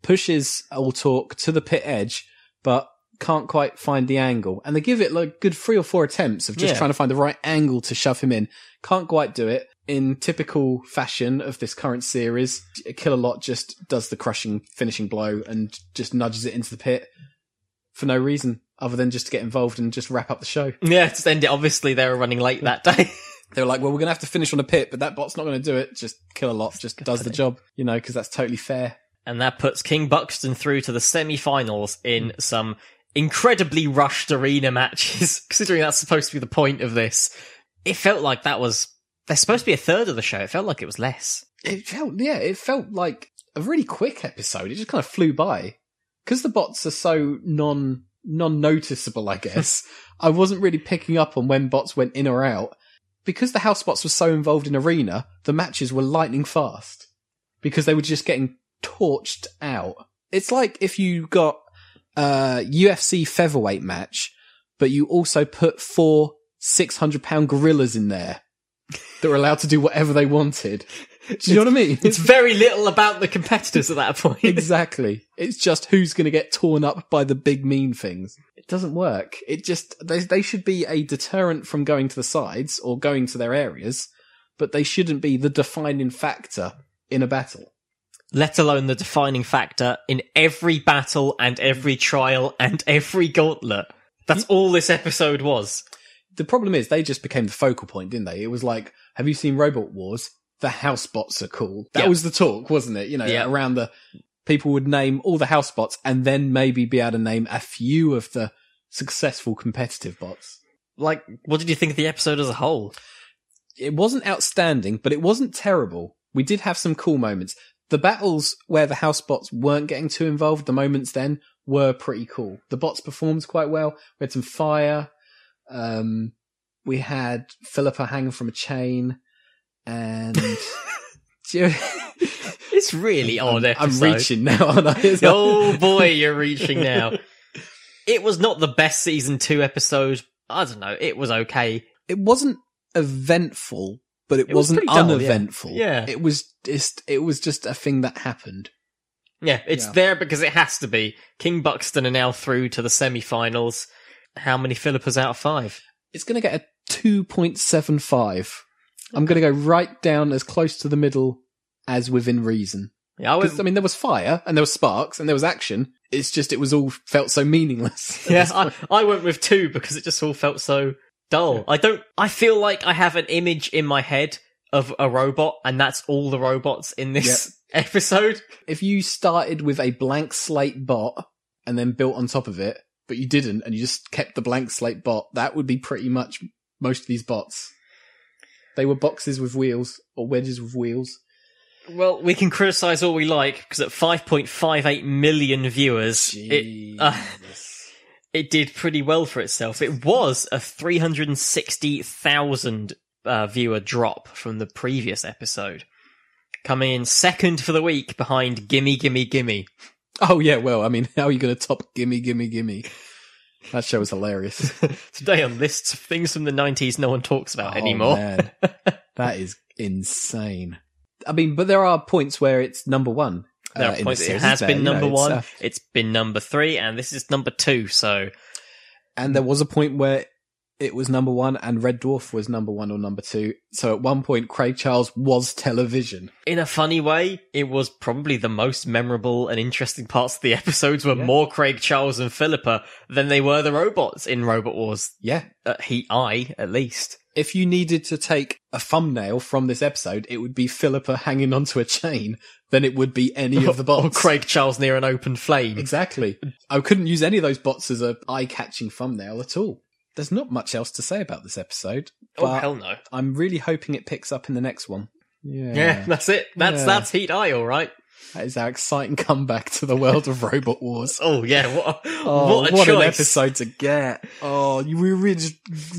Speaker 1: Pushes all talk to the pit edge, but can't quite find the angle, and they give it like good three or four attempts of just
Speaker 2: Yeah.
Speaker 1: trying to find the right angle to shove him in. Can't quite do it. In typical fashion of this current series, Killer Lot just does the crushing finishing blow and just nudges it into the pit for no reason other than just to get involved and just wrap up the show.
Speaker 2: Yeah, to end it. Obviously, they were running late that day.
Speaker 1: They were like, well, we're going to have to finish on a pit, but that bot's not going to do it. Just kill a lot, just does the job, you know, because that's totally fair.
Speaker 2: And that puts King Buxton through to the semi-finals in some incredibly rushed arena matches, considering that's supposed to be the point of this. It felt like that was, they're supposed to be a third of the show. It felt like it was less.
Speaker 1: It felt, yeah, it felt like a really quick episode. It just kind of flew by because the bots are so non non noticeable. I guess I wasn't really picking up on when bots went in or out because the house bots were so involved in arena. The matches were lightning fast because they were just getting torched out. It's like if you got a UFC featherweight match, but you also put four 600 pound gorillas in there that were allowed to do whatever they wanted. Do you know what I mean?
Speaker 2: It's very little about the competitors at that point.
Speaker 1: exactly. It's just who's going to get torn up by the big mean things. It doesn't work. It just, they, they should be a deterrent from going to the sides or going to their areas, but they shouldn't be the defining factor in a battle.
Speaker 2: let alone the defining factor in every battle and every trial and every gauntlet. That's all this episode was.
Speaker 1: The problem is they just became the focal point, didn't they? It was like, have you seen Robot Wars? The house bots are cool. That
Speaker 2: Yeah.
Speaker 1: was the talk, wasn't it? You know,
Speaker 2: Yeah.
Speaker 1: around the people would name all the house bots and then maybe be able to name a few of the successful competitive bots.
Speaker 2: Like, what did you think of the episode as a whole?
Speaker 1: It wasn't outstanding, but it wasn't terrible. We did have some cool moments. The battles where the house bots weren't getting too involved, the moments then were pretty cool. The bots performed quite well. We had some fire. Um, we had Philippa hanging from a chain and Do you-
Speaker 2: It's really odd
Speaker 1: I'm
Speaker 2: episode.
Speaker 1: reaching now, aren't I? It's like-
Speaker 2: oh boy, you're reaching now. It was not the best season two episode. I don't know. It was okay.
Speaker 1: it wasn't eventful, but it,
Speaker 2: It was
Speaker 1: wasn't
Speaker 2: pretty dull, yeah.
Speaker 1: uneventful.
Speaker 2: Yeah.
Speaker 1: It was just, it was just a thing that happened.
Speaker 2: Yeah, it's
Speaker 1: Yeah.
Speaker 2: there because it has to be. King Buxton are now through to the semi-finals. How many Philippas out of five?
Speaker 1: It's going to get a 2.75. I'm going to go right down as close to the middle as within reason.
Speaker 2: Yeah, I was-
Speaker 1: 'Cause, I mean, there was fire and there was sparks and there was action. It's just, it was all felt so meaningless. at
Speaker 2: Yeah,
Speaker 1: this
Speaker 2: I, I went with two because it just all felt so dull. I don't. I feel like I have an image in my head of a robot, and that's all the robots in this episode.
Speaker 1: if you started with a blank slate bot and then built on top of it, but you didn't and you just kept the blank slate bot, that would be pretty much most of these bots. They were boxes with wheels or wedges with wheels.
Speaker 2: Well, we can criticize all we like because at 5.58 million viewers, it uh, it did pretty well for itself. It was a 360,000 uh, viewer drop from the previous episode, coming in second for the week behind Gimme Gimme Gimme.
Speaker 1: Oh yeah, well, I mean, how are you going to top Gimme Gimme Gimme? That show was hilarious
Speaker 2: Today on lists of things from the 90s no one talks about
Speaker 1: Oh,
Speaker 2: anymore.
Speaker 1: man. That is insane. I mean, but there are points where it's number one.
Speaker 2: There
Speaker 1: uh,
Speaker 2: are
Speaker 1: in the
Speaker 2: points it
Speaker 1: series,
Speaker 2: has
Speaker 1: isn't
Speaker 2: been
Speaker 1: there? You know,
Speaker 2: number
Speaker 1: it's,
Speaker 2: one,
Speaker 1: uh,
Speaker 2: it's been number three, and this is number two. So
Speaker 1: And there was a point where it was number one and Red Dwarf was number one or number two. So at one point, Craig Charles was television.
Speaker 2: in a funny way, it was probably the most memorable and interesting parts of the episodes were more Craig Charles and Philippa than they were the robots in Robot Wars.
Speaker 1: Yeah.
Speaker 2: Uh, he, I, at least.
Speaker 1: If you needed to take a thumbnail from this episode, it would be Philippa hanging onto a chain than it would be any of the
Speaker 2: Or
Speaker 1: bots.
Speaker 2: Craig Charles near an open flame.
Speaker 1: Exactly. I couldn't use any of those bots as a eye catching thumbnail at all. There's not much else to say about this episode.
Speaker 2: Oh,
Speaker 1: but
Speaker 2: hell no.
Speaker 1: I'm really hoping it picks up in the next one. Yeah.
Speaker 2: Yeah, that's it. That's
Speaker 1: Yeah.
Speaker 2: that's Heat Eye, all right.
Speaker 1: That is our exciting comeback to the world of Robot Wars.
Speaker 2: Oh yeah, what a,
Speaker 1: Oh,
Speaker 2: what
Speaker 1: what,
Speaker 2: a
Speaker 1: an
Speaker 2: choice.
Speaker 1: episode to get. Oh, you we really just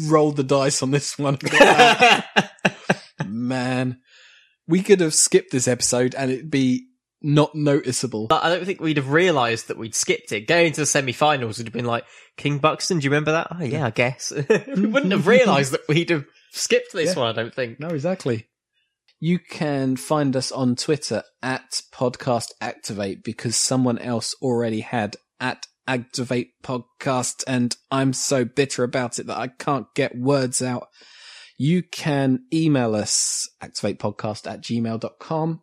Speaker 1: rolled the dice on this one. and got that. Man, we could have skipped this episode and it'd be not noticeable.
Speaker 2: But I don't think we'd have realised that we'd skipped it. Going to the semi-finals would have been like, King Buxton, do you remember that? Oh yeah, I guess. we wouldn't have realised that we'd have skipped this
Speaker 1: Yeah.
Speaker 2: one, I don't think.
Speaker 1: No, exactly. You can find us on Twitter at Podcast Activate because someone else already had at Activate Podcast, and I'm so bitter about it that I can't get words out. You can email us activatepodcast at gmail.com.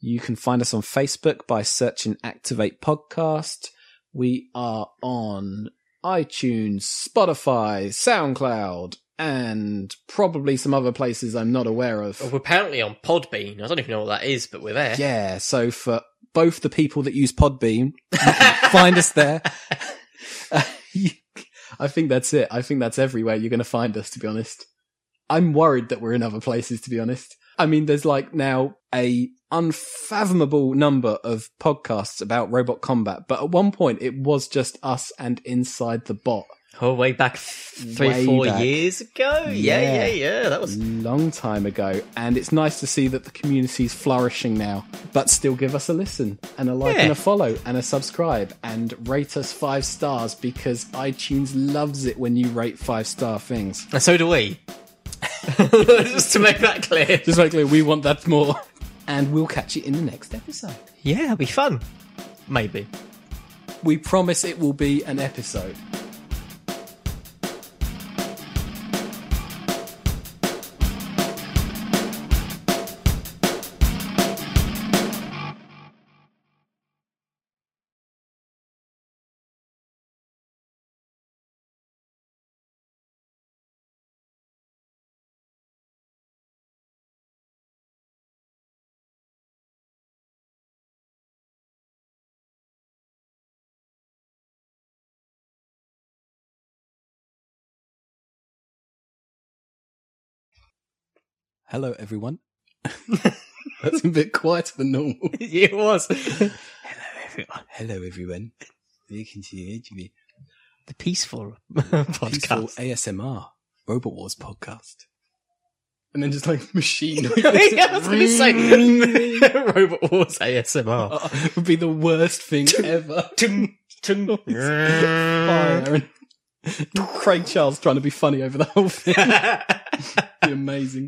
Speaker 1: You can find us on Facebook by searching Activate Podcast. We are on iTunes, Spotify, SoundCloud, and probably some other places I'm not aware of.
Speaker 2: Well, we're apparently on Podbean. I don't even know what that is, but we're there.
Speaker 1: Yeah, so for both the people that use Podbean, you can find us there. You- I think that's it. I think that's everywhere you're going to find us, to be honest. I'm worried that we're in other places, to be honest. I mean, there's like now a unfathomable number of podcasts about robot combat, but at one point it was just us and Inside the Bot.
Speaker 2: Oh, way back three,
Speaker 1: Way
Speaker 2: four
Speaker 1: back.
Speaker 2: years ago. Yeah, yeah, yeah. That was
Speaker 1: long time ago, and it's nice to see that the community's flourishing now. But still, give us a listen and a like
Speaker 2: Yeah.
Speaker 1: and a follow and a subscribe and rate us five stars because iTunes loves it when you rate five star things.
Speaker 2: And so do we. Just to make that clear. Just
Speaker 1: make clear, we want that more. And we'll catch you in the next episode.
Speaker 2: Yeah, it'll be fun. Maybe.
Speaker 1: We promise it will be an episode. Hello, everyone. That's a bit quieter than normal.
Speaker 2: it was. Hello,
Speaker 1: everyone. Hello, everyone. Welcome to the HB.
Speaker 2: The peaceful
Speaker 1: podcast. ASMR Robot Wars podcast. And then just like machine.
Speaker 2: I was going to say Robot Wars ASMR.
Speaker 1: would be the worst thing ever. Fire. Craig Charles trying to be funny over the whole thing. be amazing.